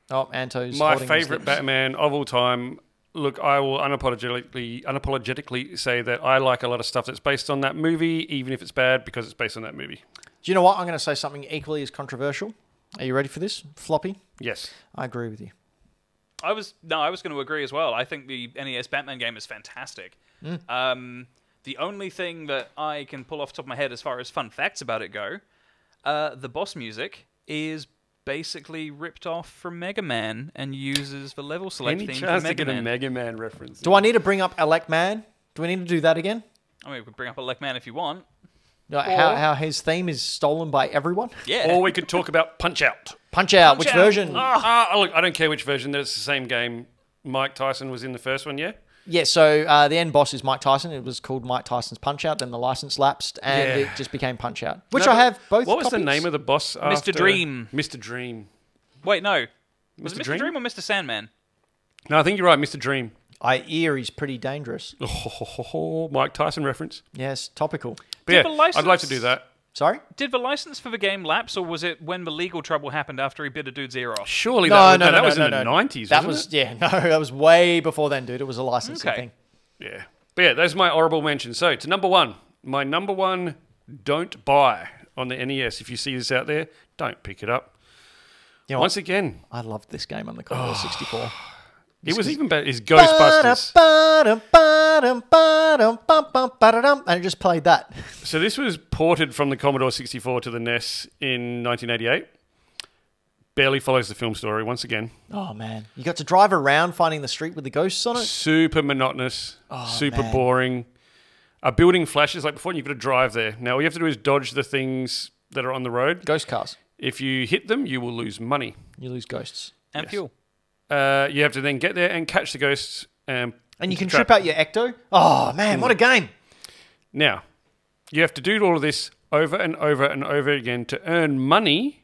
Oh, Anto's My holding his favorite lips. Batman of all time. Look, I will unapologetically unapologetically say that I like a lot of stuff that's based on that movie, even if it's bad, because it's based on that movie. Do you know what? I'm going to say something equally as controversial. Are you ready for this? Floppy, Yes. I agree with you. I was no, I was going to agree as well. I think the NES Batman game is fantastic. Um, the only thing that I can pull off the top of my head as far as fun facts about it go, uh, the boss music is basically ripped off from Mega Man and uses the level select Any theme chance to from Mega get a Man. Mega Man reference? Do I need to bring up Alec Man? Do we need to do that again? I mean, we could bring up Elec Man if you want. Like how, Or- how his theme is stolen by everyone? Yeah. or we could talk about Punch Out. Punch out. which Punch-Out! version? Ah, ah, look, I don't care which version. It's the same game. Mike Tyson was in the first one, yeah. Yeah, so uh, the end boss is Mike Tyson. It was called Mike Tyson's Punch Out. Then the license lapsed, and Yeah. it just became Punch Out, which No, I but have both. What was the copies. name of the boss? Mr. Dream. Mr. Dream. Wait, no. Was Mr. it Mr. Dream? Dream? or Mr. Sandman? No, I think you're right. Mr. Dream. I ear he's pretty dangerous. Oh, ho, ho, ho, ho, Mike Tyson reference. Yes, topical. But Give yeah, a license. I'd like to do that. Sorry. Did the license for the game lapse, or was it when the legal trouble happened after he bit a dude's ear off? Surely No, that, no, that no, was no, in the no. 90s. That wasn't was it? yeah, no, that was way before then, dude. It was a licensing Okay. thing. Yeah. But yeah, those are my horrible mentions. So to number one, my number one don't buy on the NES. If you see this out there, don't pick it up. You know Once again, I loved this game on the Commodore 64. it was even better. Is Oh. Ghostbusters. Ba-dum, ba-dum, ba-dum, bum, bum, ba-da-dum, And it just played that. So this was ported from the Commodore 64 to the NES in 1988. Barely follows the film story once again. Oh, man. You got to drive around finding the street with the ghosts on it. Super monotonous, super Oh, man. boring. A building flashes like before, and you've got to drive there. Now all you have to do is dodge the things that are on the road. Ghost cars. If you hit them, you will lose money. You lose ghosts. And Yes. fuel. Uh, you have to then get there and catch the ghosts. Um, And you can trap. Mm. trip out your ecto. Oh man, what a game! Now, you have to do all of this over and over and over again to earn money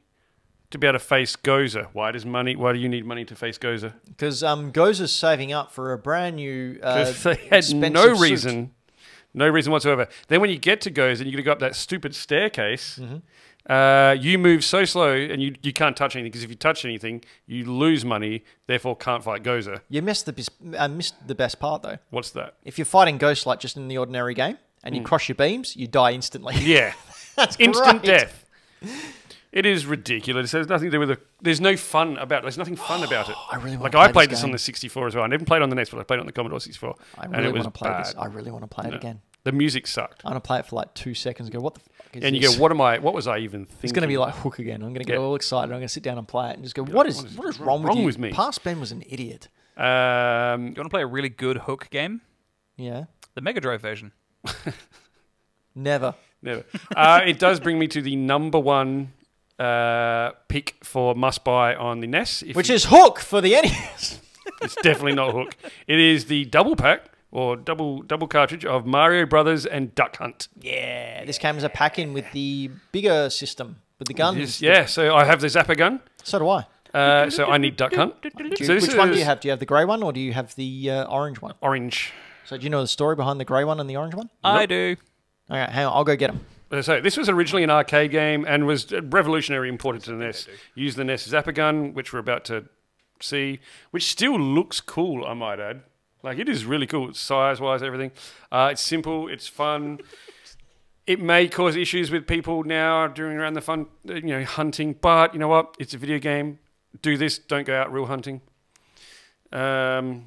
to be able to face Gozer. Why does money? Why do you need money to face Gozer? Because um, Goza's saving up for a brand new. Uh, Because they had expensive no suit. reason, no reason whatsoever. Then when you get to Gozer, and you got to go up that stupid staircase. Mm-hmm. Uh, you move so slow, and you, you can't touch anything because if you touch anything, you lose money. Therefore, can't fight Gozer. You missed the bis- uh, missed the best part though. What's that? If you're fighting ghosts like just in the ordinary game, and you cross your beams, you die instantly. Yeah, That's Hmm. instant great. death. It is ridiculous. There's nothing to do with the. There's no fun about. There's nothing fun about it. Oh, I really wanna like. play I this played this, game. on the 64 as well. I never played it on the NES, but I played it on the Commodore 64, I and really it want was to play bad. this. I really want to play it again. The music sucked, I'm gonna play it for like two seconds. And go, what the? Fuck is and you this? go, "What am I? What was I even thinking?" It's going to be like Hook again. I'm going to get Yeah. all excited. I'm going to sit down and play it and just go, what is what is what is wrong, with, wrong you? with me? Past Ben was an idiot. Um, You want to play a really good hook game? Yeah, The Mega Drive version. never. Never. Uh, it does bring me to the number one uh, pick for must buy on the NES, if Which you- is Hook for the NES. it's definitely not Hook. It is the double pack or double double cartridge of Mario Brothers and Duck Hunt. yeah, this came as a pack in with the bigger system with the guns. Yeah, so I have the Zapper gun, So do I. uh, so I need Duck Hunt. Do you- So this which one do is you have? Do you have the grey one or do you have the uh, orange one? Orange. So do you know the story behind the grey one and the orange one? I do. All right, hang on. I'll go get them. So this was originally an arcade game and was revolutionary imported to the NES. Used the NES Zapper gun, which we're about to see, which still looks cool, I might add. Like it is really cool, size wise, everything. Uh, it's simple, it's fun. It may cause issues with people now doing around the fun, uh, you know, hunting. But you know what? It's a video game. Do this. Don't go out real hunting. Um,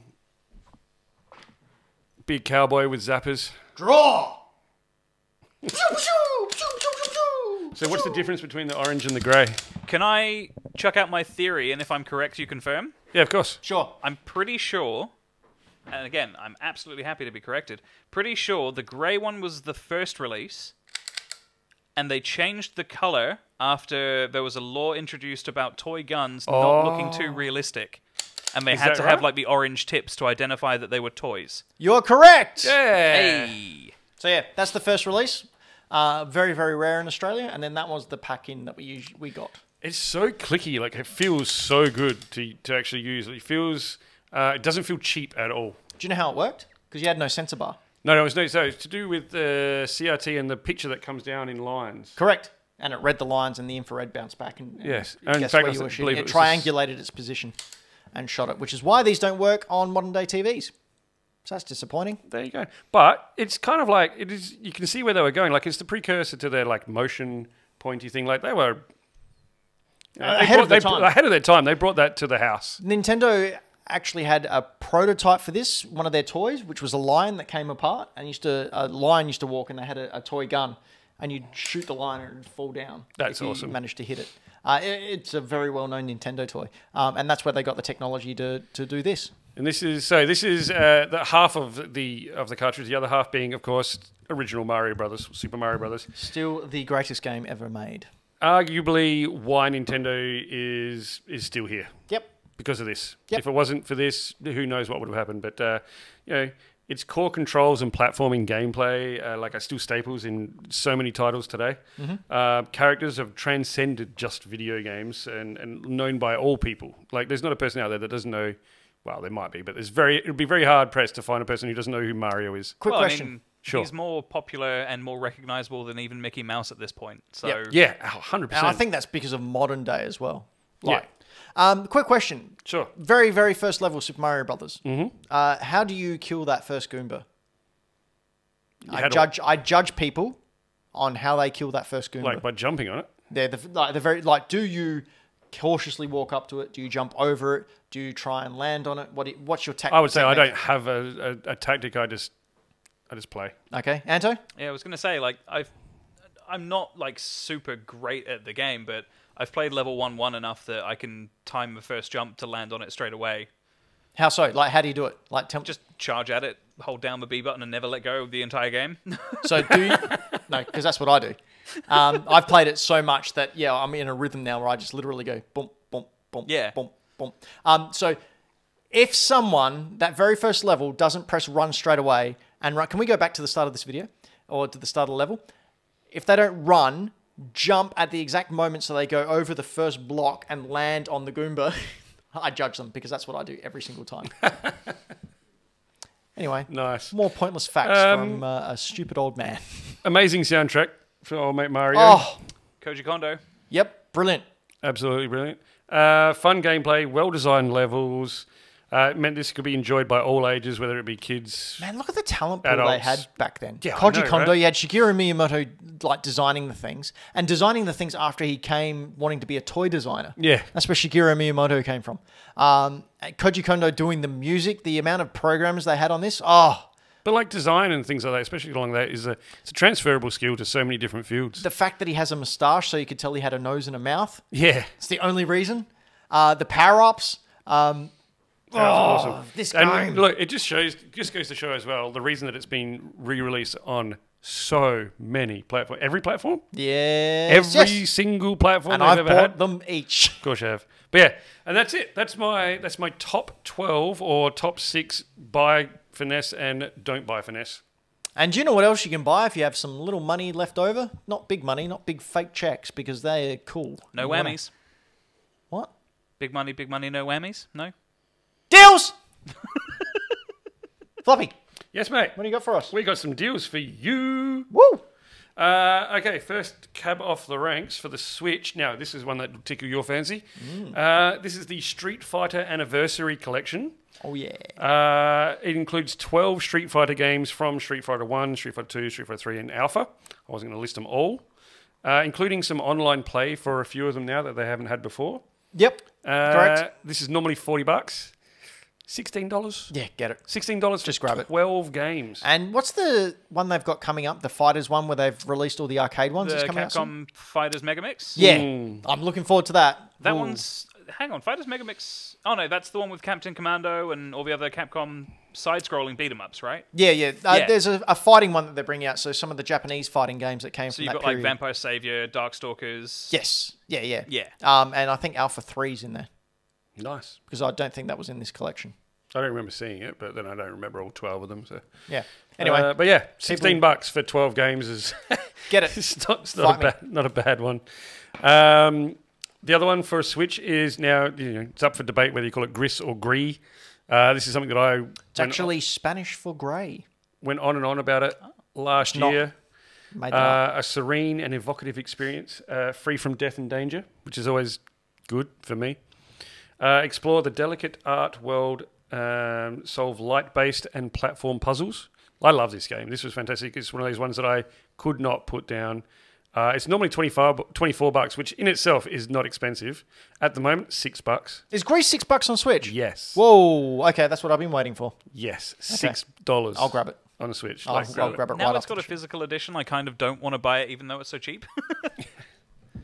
big cowboy with zappers. Draw. So what's the difference between the orange and the grey? Can I chuck out my theory, and if I'm correct, you confirm? Yeah, of course. Sure. I'm pretty sure, and again, I'm absolutely happy to be corrected. Pretty sure the grey one was the first release, and they changed the color after there was a law introduced about toy guns not looking too realistic, and they had that to have right? like the orange tips to identify that they were toys. You're correct. Yeah. Hey, So yeah, that's the first release. Uh, very very rare in Australia, and then that was the pack in that we usually, we got. It's so clicky. Like it feels so good to to actually use. It feels. Uh, it doesn't feel cheap at all. Do you know how it worked? Because you had no sensor bar. No, no, it's no. So it's to do with the CRT and the picture that comes down in lines. Correct. And it read the lines, and the infrared bounced back. And, and Yes. And in guess fact, where I you were believe shooting. it It was just- triangulated its position and shot it, which is why these don't work on modern day TVs. So that's disappointing. There you go. But it's kind of like it is. You can see where they were going. Like it's the precursor to their like motion pointy thing. Like they were. they ahead brought- of their they brought- time. ahead of their time. They brought that to the house. Nintendo actually had a prototype for this, one of their toys, which was a lion that came apart, and used to a lion used to walk, and they had a, a toy gun, and you'd shoot the lion and it'd fall down. That's if you awesome. Managed to hit it. Uh, i it's a very well known Nintendo toy, um, and that's where they got the technology to to do this. And this is so. This is uh, the half of the of the cartridge. The other half being, of course, original Mario Brothers, Super Mario Brothers. Still the greatest game ever made. arguably why Nintendo is is still here Yep. because of this. Yep. If it wasn't for this, who knows what would have happened? But uh, you know, its core controls and platforming gameplay, uh, like are still staples in so many titles today. Mm-hmm. Uh, characters have transcended just video games and and known by all people. Like, there's not a person out there that doesn't know. Well, there might be, but there's very it would be very hard pressed to find a person who doesn't know who Mario is. Quick Well, I question. mean, Sure. He's more popular and more recognizable than even Mickey Mouse at this point. So Yep. Yeah, hundred percent. and I think that's because of modern day as well. Yeah. Like, um, quick question. sure. Very, very first level Super Mario Brothers. Mm-hmm. Uh, how do you kill that first Goomba? I How do I- judge. I judge people on how they kill that first Goomba. Like by jumping on it. They're the like the very like. Do you cautiously walk up to it? Do you jump over it? Do you try and land on it? What do you- what's your tactic? I would say I don't have a, a, a tactic. I just I just play. Okay, Anto. Yeah, I was gonna say like I've, I'm not like super great at the game, but I've played level one one enough that I can time the first jump to land on it straight away. How so? Like, how do you do it? Like, tell Just charge at it, hold down the B button, and never let go of the entire game. So do you, no, because that's what I do. Um, I've played it so much that yeah, I'm in a rhythm now where I just literally go boom, boom, boom, Yeah. boom, boom. Um, so if someone that very first level doesn't press run straight away and run, can we go back to the start of this video or to the start of the level? If they don't run, jump at the exact moment so they go over the first block and land on the Goomba. I judge them because that's what I do every single time. anyway, Nice. more pointless facts Um, from uh, a stupid old man. Amazing soundtrack for old mate Mario. Oh, Koji Kondo. yep, brilliant. Absolutely brilliant. Uh, fun gameplay, well designed levels. Uh, it meant this could be enjoyed by all ages, whether it be kids. Man, look at the talent pool they Adults. had back then. Yeah, I Koji know, Kondo, right? you had Shigeru Miyamoto like designing the things and designing the things after he came wanting to be a toy designer. Yeah. That's where Shigeru Miyamoto came from. Um, and Koji Kondo doing the music, the amount of programs they had on this. Oh, But like design and things like that, especially along that, is a it's a transferable skill to so many different fields. the fact that he has a mustache so you could tell he had a nose and a mouth. yeah, It's the only reason. Uh, the power ups. Um, that was awesome. this game. And look, it just shows, just goes to show as well the reason that it's been re-released on so many platform, every platform, yeah. every single platform and they've I've ever bought had. them each. Of course you have. But yeah, and that's it. That's my that's my top twelve or top six buy finesse and don't buy finesse. And do you know what else you can buy if you have some little money left over? Not big money, not big fake checks, because they are cool. No You wanna- whammies. What? Big money, big money, no whammies. No. Deals! Floppy, Yes, mate. what do you got for us? We got some deals for you. Woo! Uh, okay, first cab off the ranks for the Switch. Now, this is one that will tickle your fancy. Uh, this is the Street Fighter Anniversary Collection. Oh, yeah. Uh, it includes 12 Street Fighter games from Street Fighter 1, Street Fighter 2, Street Fighter 3, and Alpha. I wasn't going to list them all, uh, including some online play for a few of them now that they haven't had before. Yep. Uh, Correct. This is normally 40 bucks. $16? Yeah, get it. $16 for Just grab it. 12 games. And what's the one they've got coming up? The Fighters one where they've released all the arcade ones The that's coming out? soon? Capcom Fighters Megamix. Yeah. I'm looking forward to that. That one's. Hang on, Fighters Megamix. Oh no, that's the one with Captain Commando and all the other Capcom side-scrolling beat 'em ups, right? Yeah, yeah. Uh, Yeah. There's a, a fighting one that they're bringing out. So some of the Japanese fighting games that came So from you've that got period. like Vampire Savior, Darkstalkers. yes. Yeah, yeah. Yeah. Um, and I think Alpha 3's in there Nice. because I don't think that was in this collection. I don't remember seeing it, but then I don't remember all 12 of them. So Yeah. Anyway, Uh, but yeah, 16 bucks for 12 games is get it. it's not, it's not, a Fight bad, not a bad one. Um, the other one for Switch is now, you know, it's up for debate whether you call it Gris or Gree. Uh, this is something that I went, It's actually Spanish for grey. went on and on about it last Not- year. Made that up. Uh, a serene and evocative experience, uh, free from death and danger, which is always good for me. Uh, explore the delicate art world, um, solve light based and platform puzzles. I love this game. This was fantastic. It's one of those ones that I could not put down. Uh, it's normally 25, bu- 24 bucks, which in itself is not expensive. At the moment, six bucks. Is Grease six bucks on Switch? Yes. Whoa. Okay, that's what I've been waiting for. Yes. Six dollars. I'll grab it. on a Switch. I'll, Like, I'll grab it Now right it's off. got the a physical edition. I kind of don't want to buy it, even though it's so cheap.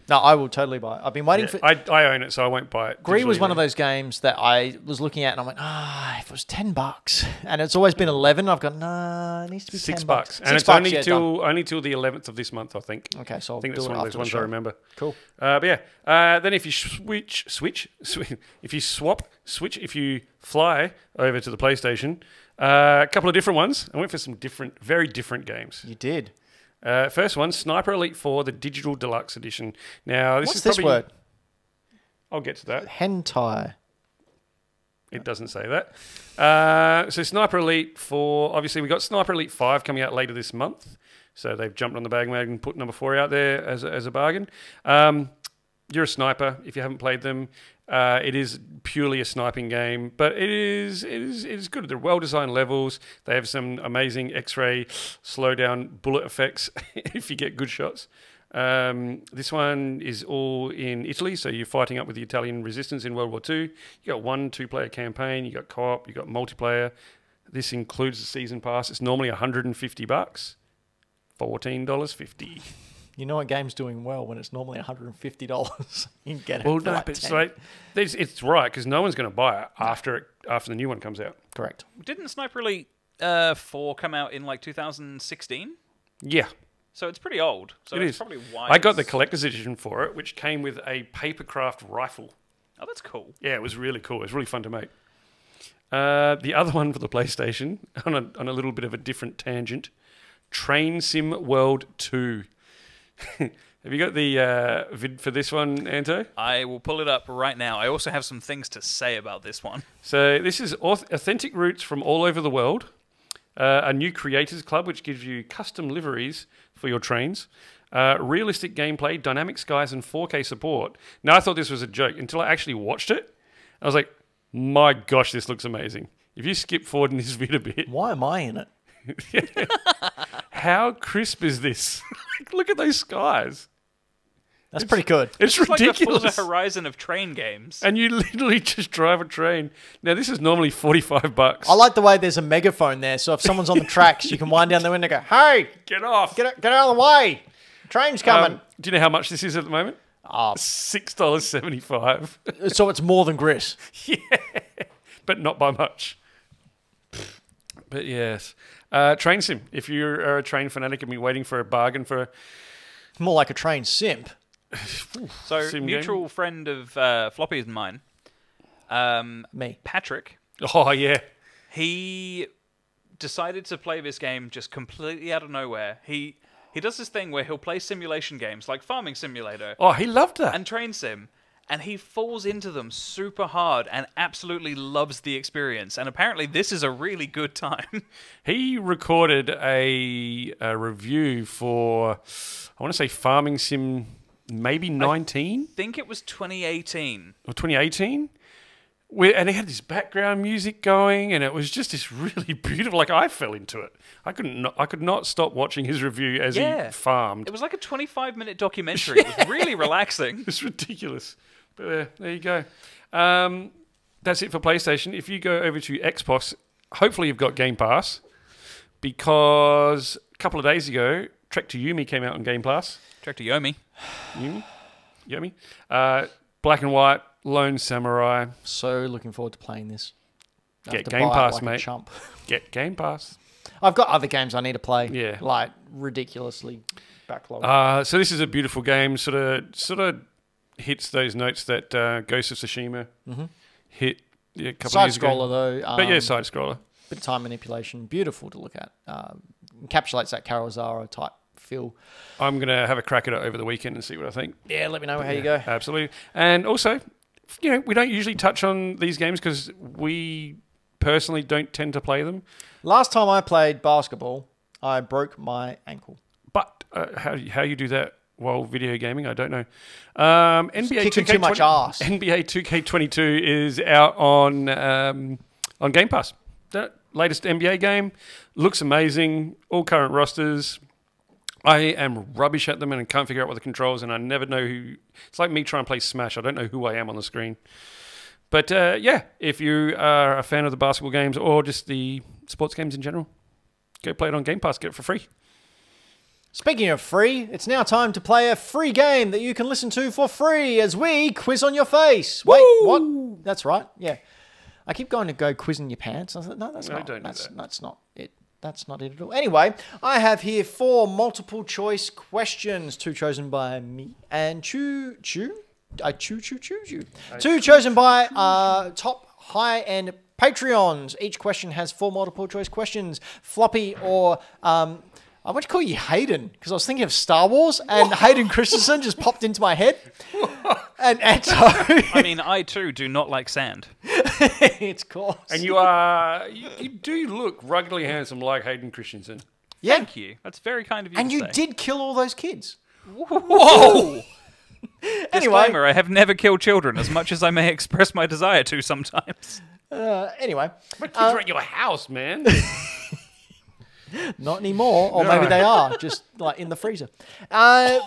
No, I will totally buy it. I've been waiting for. I, I own it, so I won't buy it. Gree was digitally, one of really. those games that I was looking at and I went, ah, if it was ten bucks, and it's always been eleven. I've gone, nah, it needs to be Six 10 bucks, and Six it's bucks, only yeah, done. till only till the eleventh of this month, I think. Okay, so I'll I think do that's it one after of those the ones show. I remember. Cool. Uh, but yeah, uh, then if you switch, switch, switch, if you swap, switch, if you fly over to the PlayStation, uh, a couple of different ones. I went for some different, very different games. You did. Uh, first one, Sniper Elite Four, the digital deluxe edition. Now this What's is this probably, word? I'll get to that. Hentai. It doesn't say that. Uh, so Sniper Elite 4, obviously we got Sniper Elite 5 coming out later this month. So they've jumped on the bandwagon and put number 4 out there as a, as a bargain. Um, you're a sniper if you haven't played them. Uh, it is purely a sniping game, but it is it is it is good. They're well designed levels. They have some amazing X-ray slowdown bullet effects if you get good shots. Um, this one is all in Italy, so you're fighting up with the Italian resistance in World War II. You got one two player campaign. You got co-op. You got multiplayer. This includes the season pass. It's normally 150 bucks. Fourteen dollars fifty. You know a game's doing well when it's normally one hundred and fifty dollars. you can get it. Well, for no, like but it's 10. like it's, it's right because no one's going to buy it after it, after the new one comes out. correct. Didn't Sniper Elite uh, Four come out in like 2016? Yeah, So it's pretty old. So It it's is. probably why I got the it's- collector's edition for it, which came with a papercraft rifle. Oh, that's cool. Yeah, it was really cool. It was really fun to make. Uh, the other one for the PlayStation, on a, on a little bit of a different tangent, Train Sim World 2. Have you got the uh, vid for this one, Anto? I will pull it up right now. I also have some things to say about this one. So this is auth- authentic roots from all over the world. Uh, a new creators club which gives you custom liveries for your trains. Uh, realistic gameplay, dynamic skies, and 4K support. Now I thought this was a joke until I actually watched it. I was like, my gosh, this looks amazing. If you skip forward in this vid a bit, Why am I in it? how crisp is this? Like, Look at those skies. That's pretty good. It's, It's like the ridiculous. Forza Horizon of train games. and you literally just drive a train. Now this is normally 45 bucks. I like the way there's a megaphone there, so if someone's on the tracks, you can wind down the window and go, hey, Get off. get, out- get out of the way. Train's coming. Um, do you know how much this is at the moment? Oh. Six dollars seventy-five, so it's more than grit. but not by much. But yes, uh, train sim. If you are a train fanatic and been waiting for a bargain for, It's more like a train simp. So, Sim game? mutual friend of uh, Floppy's and mine, um, Me. Patrick, oh yeah, he decided to play this game just completely out of nowhere. He he does this thing where he'll play simulation games like Farming Simulator oh he loved that. and Train Sim, and he falls into them super hard and absolutely loves the experience. And apparently, this is a really good time. he recorded a, a review for, I want to say Farming Sim, maybe nineteen think it was 2018. or twenty eighteen. Where, and he had this background music going, and it was just this really beautiful. Like I fell into it. I couldn't. Not, I could not stop watching his review as Yeah. he farmed. It was like a 25 minute documentary. It was really relaxing. It's ridiculous. But uh, there you go. Um, that's it for PlayStation. If you go over to Xbox, hopefully you've got Game Pass because a couple of days ago, Trek to Yumi came out on Game Pass. Director Yomi. Yumi? Yumi? Uh, Black and White, Lone Samurai. So looking forward to playing this. I Get have to Game buy it Pass, like a mate. chump. Get Game Pass. I've got other games I need to play. Yeah. Like ridiculously backlogged. Uh, so this is a beautiful game. Sort of, sort of hits those notes that uh, Ghost of Tsushima hit yeah, a couple of Mm-hmm. Side years ago. scroller though. Um, But yeah, side scroller. bit of time manipulation, beautiful to look at. Um, encapsulates that Karazara type feel. I'm gonna have a crack at it over the weekend and see what I think. Yeah, let me know how you go. Absolutely. And also, you know, we don't usually touch on these games because we personally don't tend to play them. Last time I played basketball, I broke my ankle. But uh, how how you do that while video gaming, I don't know. Um, NBA kicking 2K20, too much arse. NBA 2K22 is out on um, on Game Pass. The latest NBA game looks amazing. All current rosters. I am rubbish at them and can't figure out what the controls and I never know who. It's like me trying to play Smash. I don't know who I am on the screen. But uh, yeah, if you are a fan of the basketball games or just the sports games in general, go play it on Game Pass. Get it for free. Speaking of free, it's now time to play a free game that you can listen to for free as we quiz on your face. Wait, what? That's right. Yeah. I keep going to go quizzing your pants. I thought, no, that's No, not. don't do that's, that. that's not it. That's not it at all. Anyway, I have here four multiple choice questions, two chosen by me and uh, Choo Choo. I choo choo choo choo. Two chosen by uh, top high end Patreons. Each question has four multiple choice questions. Floppy or um, I want to call you Hayden because I was thinking of Star Wars and Hayden Christensen just popped into my head. and Anto, I mean, I too do not like sand. it's course. And you are you, you do look ruggedly handsome like Hayden Christensen. yeah. Thank you. That's very kind of you. And to you say. did kill all those kids. Whoa! Anyway, Disclaimer: I have never killed children, as much as I may express my desire to sometimes. uh, anyway, My kids are at your house, man. not anymore. Or maybe they are just like in the freezer. Uh,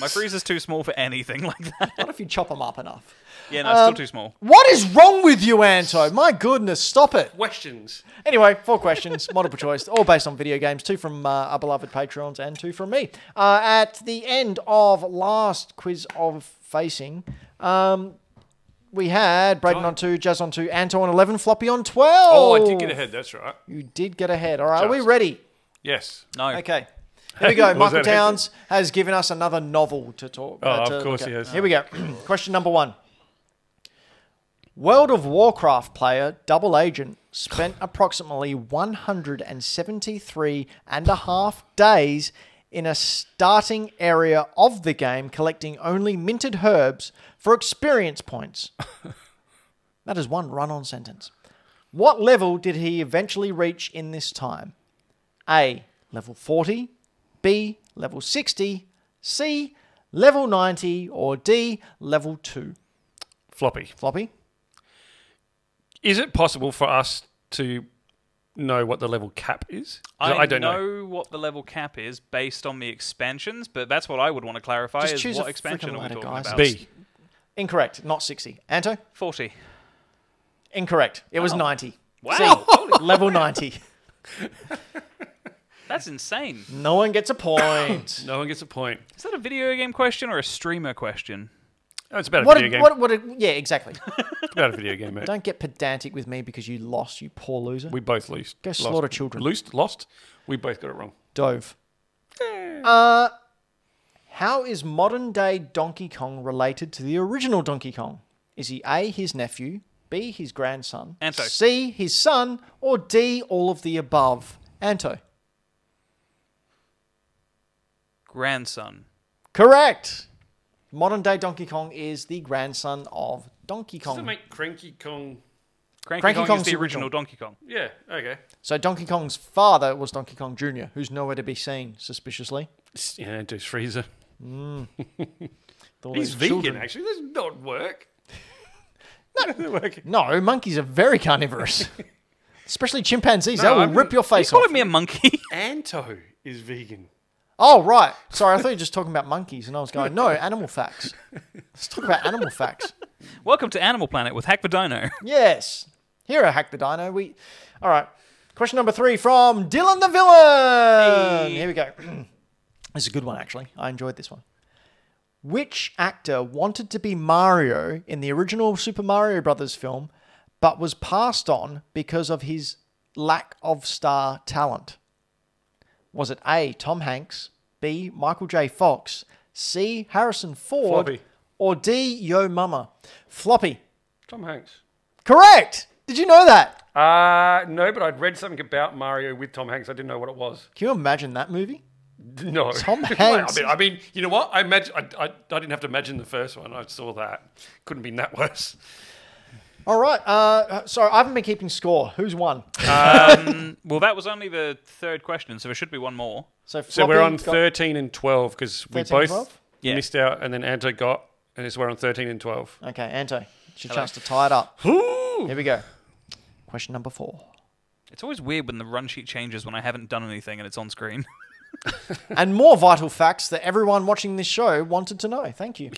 My freezer's too small for anything like that. Um, not if you chop them up enough. Yeah, no, it's still too small. What is wrong with you, Anto? My goodness, stop it. Questions. Anyway, four questions, multiple choice, all based on video games. Two from uh, our beloved Patreons and two from me. Uh, at the end of last quiz of facing, um, we had Braden on two, Jazz on two, Anto on 11, Floppy on 12. Oh, Oh. Oh, I did get ahead. That's right. You did get ahead. All right, are we Just. ready? Yes. No. Okay. Here we go. Was Michael that- Towns has given us another novel to talk. uh, Oh, of to look course he at. has. Here we go. Question number one. World of Warcraft player Double Agent spent approximately 173 and a half days in a starting area of the game collecting only minted herbs for experience points. that is one run on sentence. What level did he eventually reach in this time? A. Level 40. B. Level 60. C. Level 90. Or D. Level 2. Floppy. Floppy? Is it possible for us to know what the level cap is? 'Cause I, don't know. what the level cap is based on the expansions, but that's what I would want to clarify Just is choose what a expansion frickin' are we letter, talking guys. about? B. Incorrect. Not 60. Anto? 40. Incorrect. It was Oh. 90. Wow. C. Level 90. That's insane. No one gets a point. No one gets a point. Is that a video game question or a streamer question? Oh, it's about a what, video a, game. what, what a, yeah, exactly. It's about a video game, mate. Don't get pedantic with me because you lost, you poor loser. We both lost. Go lost. slaughter children. Loosed, lost. We both got it wrong. Dove. Uh, how is modern day Donkey Kong related to the original Donkey Kong? Is he A, his nephew, B, his grandson, Anto. C, his son, or D, all of the above? Anto. Grandson. Correct. Modern day Donkey Kong is the grandson of Donkey Does it Kong. make Cranky Kong? Cranky, Cranky Kong Kong's is the the original original. Donkey Kong. Yeah. Okay. So Donkey Kong's father was Donkey Kong Jr., who's nowhere to be seen, suspiciously. Yeah, just Freezer. With all these He's vegan, eh? children. actually. That's not work. That doesn't work. No, monkeys are very carnivorous. Especially chimpanzees. No, they will I'm- rip your Are you face off. calling me a monkey? Anto is vegan. Oh, right. Sorry, I thought you were just talking about monkeys, and I was going, no, animal facts. Let's talk about animal facts. Welcome to Animal Planet with Hack the Dino. Yes. Here at Hack the Dino, we. All right. Question number three from Dylan the Villain. Here we go. this is a good one, actually. I enjoyed this one. Which actor wanted to be Mario in the original Super Mario Brothers film, but was passed on because of his lack of star talent? Was it A. Tom Hanks, B. Michael J. Fox, C. Harrison Ford, Floppy. or D. Yo Mama? Floppy. Tom Hanks. Correct. Did you know that? Uh, no, but I'd read something about Mario with Tom Hanks. I didn't know what it was. Can you imagine that movie? No. Tom I mean- Hanks. I, mean, I mean, you know what? I, imagine, I, I, I didn't have to imagine the first one. I saw that. Couldn't be that worse. All right. Uh, sorry, I haven't been keeping score. Who's won? Well, that was only the third question, so there should be one more. So, So Floppy we're on got- 13 and 12 because 13 we and both 12? Yeah. missed out, and then Anto got, and so we're on 13 and 12. Okay, Anto, it's your chance to tie it up. Ooh! Here we go. Question number four. It's always weird when the run sheet changes when I haven't done anything and it's on screen. and more vital facts that everyone watching this show wanted to know. Thank you.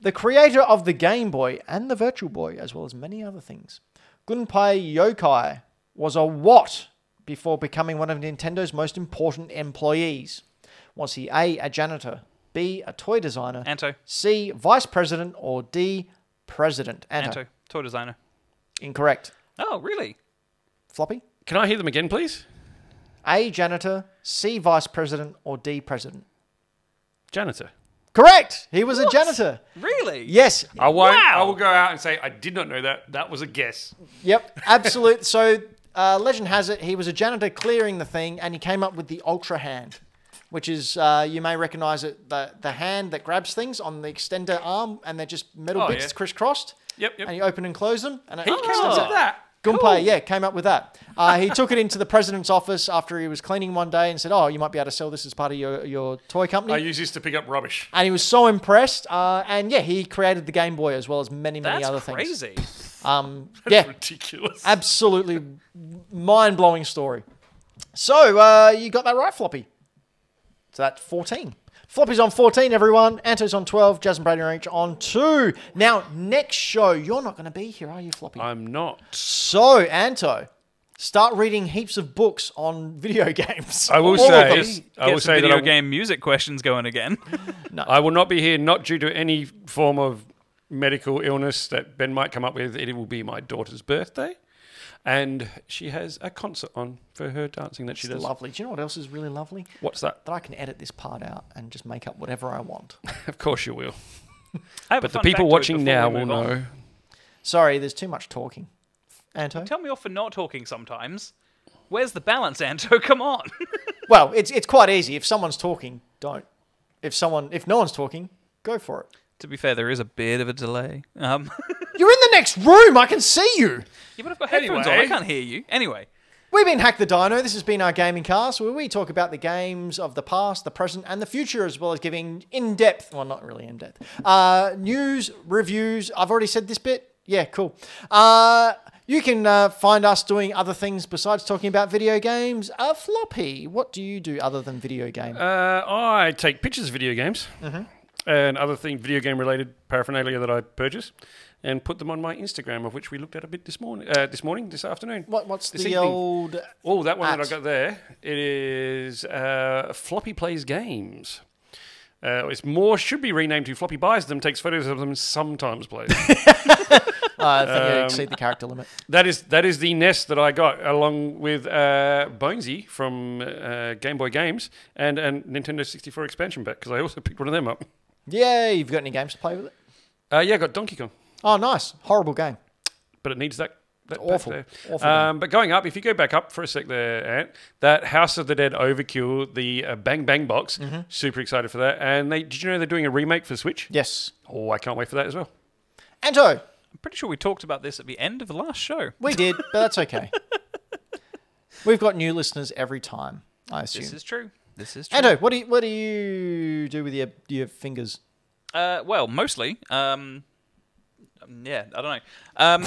The creator of the Game Boy and the Virtual Boy, as well as many other things, Gunpei Yokai was a what before becoming one of Nintendo's most important employees? Was he A, a janitor, B, a toy designer, Anto. C, vice president, or D, president? Anto. Anto, toy designer. Incorrect. Oh, really? Floppy? Can I hear them again, please? A, janitor, C, vice president, or D, president? Janitor. Correct! He was a janitor. Really? Yes, I won't. I Wow. will go out and say I did not know that. That was a guess. Yep, absolute. so, uh, legend has it he was a janitor clearing the thing, and he came up with the ultra hand, which is uh, you may recognise it the the hand that grabs things on the extender arm, and they're just metal Oh, bits yeah. crisscrossed. Yep, yep. And you open and close them, and it He came up with that. Gunpei, yeah, came up with that. Uh, he took it into the president's office after he was cleaning one day and said, "Oh, you might be able to sell this as part of your, your toy company." I use this to pick up rubbish. and he was so impressed. Uh, and yeah, he created the Game Boy as well as many, many That's other things. crazy. Um, yeah, Ridiculous. absolutely mind blowing story. So uh, you got that right, Floppy. So that's 14. Floppy's on 14, everyone. Anto's on 12. Jasmine Brady Range on 2. Now, next show, you're not going to be here, are you, Floppy? I'm not. so, Anto, start reading heaps of books on video games. I will All of say. them. I will Get say some that I video will, game music questions going again. I will not be here, not due to any form of medical illness that Ben might come up with. It will be my daughter's birthday. and she has a concert on for her dancing that she It's does. lovely. Do you know what else is really lovely? What's that? That I can edit this part out and just make up whatever I want. Of course you will. I have But the a fun fact to people it watching before now we will move on. know. Sorry, there's too much talking. Anto? Tell me off for not talking sometimes. Where's the balance, Anto? Come on. Well, it's it's quite easy. If someone's talking, don't. If someone if no one's talking, go for it. to be fair, there is a bit of a delay. Um, You're in the next room. I can see you. yeah, but I've got headphones on. I Anyway. can't hear you. Anyway, We've been Hack the Dino. This has been our gaming cast where we talk about the games of the past, the present, and the future, as well as giving in depth, well, not really in depth, uh, news, reviews. I've already said this bit. Yeah, cool. Uh, you can uh, find us doing other things besides talking about video games. Uh, floppy, what do you do other than video games? Uh, I take pictures of video games and other thing video game related paraphernalia that I purchase, and put them on my Instagram, of which we looked at a bit this morning. Uh, this morning, this afternoon. what, what's the this evening. old. Oh, that one that At. I got there. It is uh, Floppy Plays Games. Uh, it's more should be renamed to Floppy Buys Them, takes photos of them, and sometimes plays. Uh, I think you Um, exceed the character limit. that is that is the nest that I got along with uh, Bonesy from uh, Game Boy Games and and Nintendo 64 expansion pack because I also picked one of them up. Yeah, you've got any games to play with it? Uh, yeah, I got Donkey Kong. Oh, nice. Horrible game. but it needs that. that pack Awful. there. Awful Um, but going up, if you go back up for a sec there, Ant, that House of the Dead Overkill, the uh, Bang Bang box, super excited for that. And they, did you know they're doing a remake for Switch? Yes. Oh, I can't wait for that as well. Anto, I'm pretty sure we talked about this at the end of the last show. We did, but that's okay. We've got new listeners every time, I assume. This is true. This is true. Ando, what do you, what do you do with your your fingers? Uh, well, mostly. Um, um, yeah, I don't know.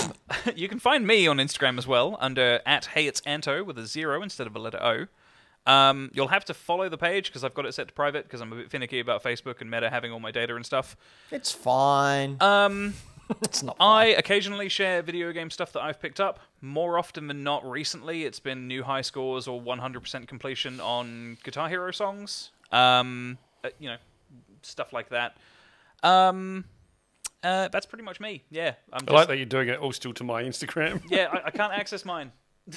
Um, you can find me on Instagram as well under at hey it's Anto with a zero instead of a letter O. Um, you'll have to follow the page because I've got it set to private because I'm a bit finicky about Facebook and Meta having all my data and stuff. It's fine. Um, it's not. I occasionally share video game stuff that I've picked up. More often than not, recently it's been new high scores or 100% completion on Guitar Hero songs. Um, uh, you know, stuff like that. Um, uh, that's pretty much me. Yeah, I'm just, I like that you're doing it all still to my Instagram. yeah, I, I can't access mine.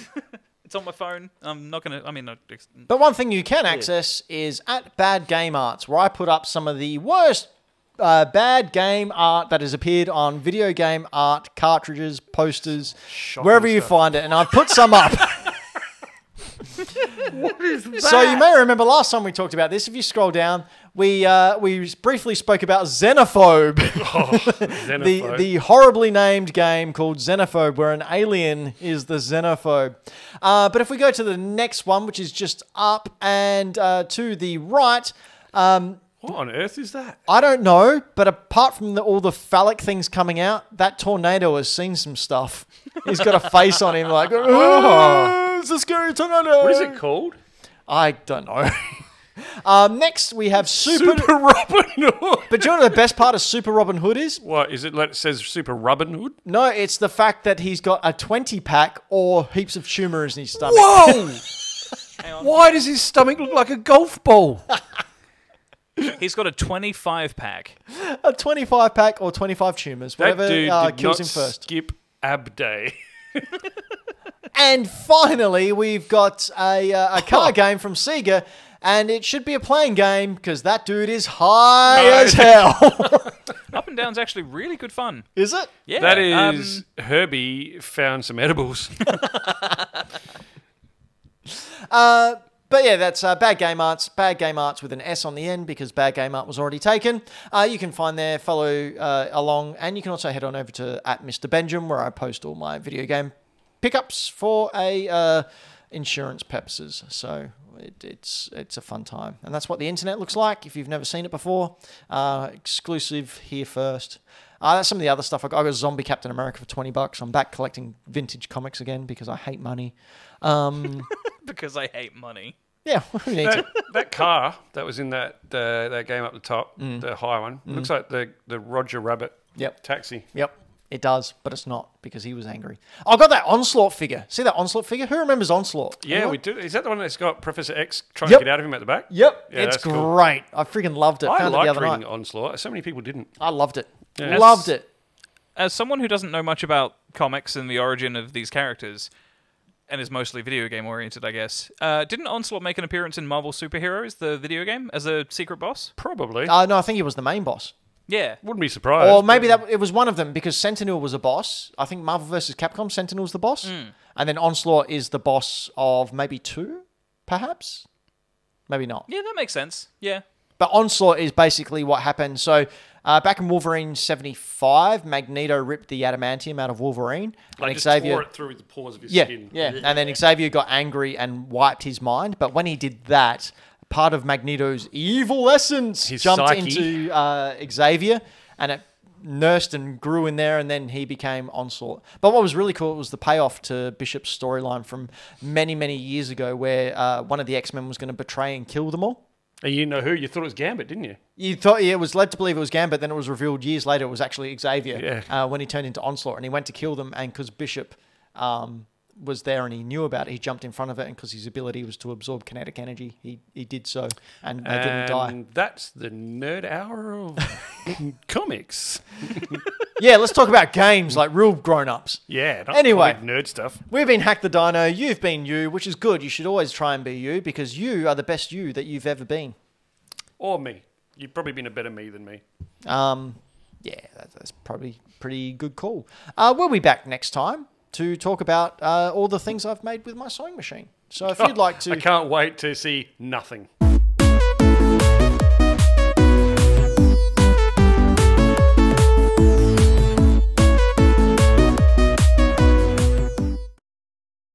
it's on my phone. I'm not gonna. I mean, I, ex- But one thing you can access is at Bad Game Arts, where I put up some of the worst uh, bad game art that has appeared on video game art cartridges, posters, wherever you find it, and I've put some up. So you may remember last time we talked about this. If you scroll down, we uh, we briefly spoke about Xenophobe. the Xenophobe. the horribly named game called Xenophobe, where an alien is the xenophobe. Uh, but if we go to the next one, which is just up and uh, to the right, um, what on earth is that? I don't know. But apart from the, all the phallic things coming out, that tornado has seen some stuff. He's got a face on him like, oh, it's a scary tornado. Ah. What is it called? I don't know. um, next, we have Super. Super Robin Hood. But do you know what the best part of Super Robin Hood is? What is it? Like it says Super Robin Hood. No, it's the fact that he's got a 20 pack or heaps of tumors in his stomach. Whoa! hang on. Why does his stomach look like a golf ball? He's got a 25 pack. A 25 pack or 25 tumors, That whatever dude uh, did kills not him first. skip ab day. And finally, we've got a, uh, a car game from Sega, and it should be a playing game because that dude is high No. as hell. Up and down's actually really good fun. is it? Yeah, That um, is Herbie found some edibles. Uh, but yeah, that's uh, Bad Game Arts. Bad Game Arts with an S on the end because Bad Game Art was already taken. Uh, you can find there, follow uh, along, and you can also head on over to at Mr. Benjamin where I post all my video game pickups for a uh, insurance purposes. So it, it's it's a fun time, and that's what the internet looks like if you've never seen it before. Uh, exclusive here first. Uh, that's some of the other stuff. I got, I got Zombie Captain America for twenty bucks. I'm back collecting vintage comics again because I hate money. Um, because I hate money. yeah, who needs it? that, that car that was in that uh, that game up the top, Mm. the high one, looks like the the Roger Rabbit Yep. taxi. Yep. It does, but it's not because he was angry. I got that onslaught figure. See that onslaught figure? Who remembers onslaught? Yeah, Anyone? we do. Is that the one that's got Professor X trying Yep. to get out of him at the back? Yep, Yeah, it's that's cool. great. I freaking loved it. I Found it the liked other reading night. Onslaught. So many people didn't. I loved it. Yeah. Loved it. as someone who doesn't know much about comics and the origin of these characters, and is mostly video game oriented, I guess. Uh, didn't Onslaught make an appearance in Marvel Superheroes, the video game, as a secret boss? Probably. Uh, no, I think he was the main boss. Yeah. Wouldn't be surprised. Or maybe that it was one of them because Sentinel was a boss. I think Marvel vs. Capcom, Sentinel's the boss. And then Onslaught is the boss of maybe two, perhaps? Maybe not. Yeah, that makes sense. Yeah. But Onslaught is basically what happened. So uh, back in Wolverine 75, Magneto ripped the adamantium out of Wolverine. Like, and just Xavier. tore it through the pores of his Yeah, skin. yeah. And then Xavier got angry and wiped his mind. But when he did that, part of Magneto's evil essence His jumped psyche. into uh, Xavier and it nursed and grew in there. And then he became Onslaught. But what was really cool was the payoff to Bishop's storyline from many, many years ago where uh, one of the X Men was going to betray and kill them all. And you know who? You thought it was Gambit, didn't you? You thought yeah, it was led to believe it was Gambit, then it was revealed years later it was actually Xavier Yeah. uh, when he turned into Onslaught and he went to kill them. And because Bishop um, was there and he knew about it, he jumped in front of it. And because his ability was to absorb kinetic energy, he, he did so and they didn't die. And that's the nerd hour of comics. Yeah, let's talk about games like real grown ups. Yeah. not Anyway. comic nerd stuff. We've been Hack the Dino, you've been you, which is good. You should always try and be you because you are the best you that you've ever been. Or me. You've probably been a better me than me. Um, yeah, that, that's probably pretty good call. Uh, we'll be back next time to talk about uh, all the things I've made with my sewing machine. So if you'd like I to, can't wait to see nothing.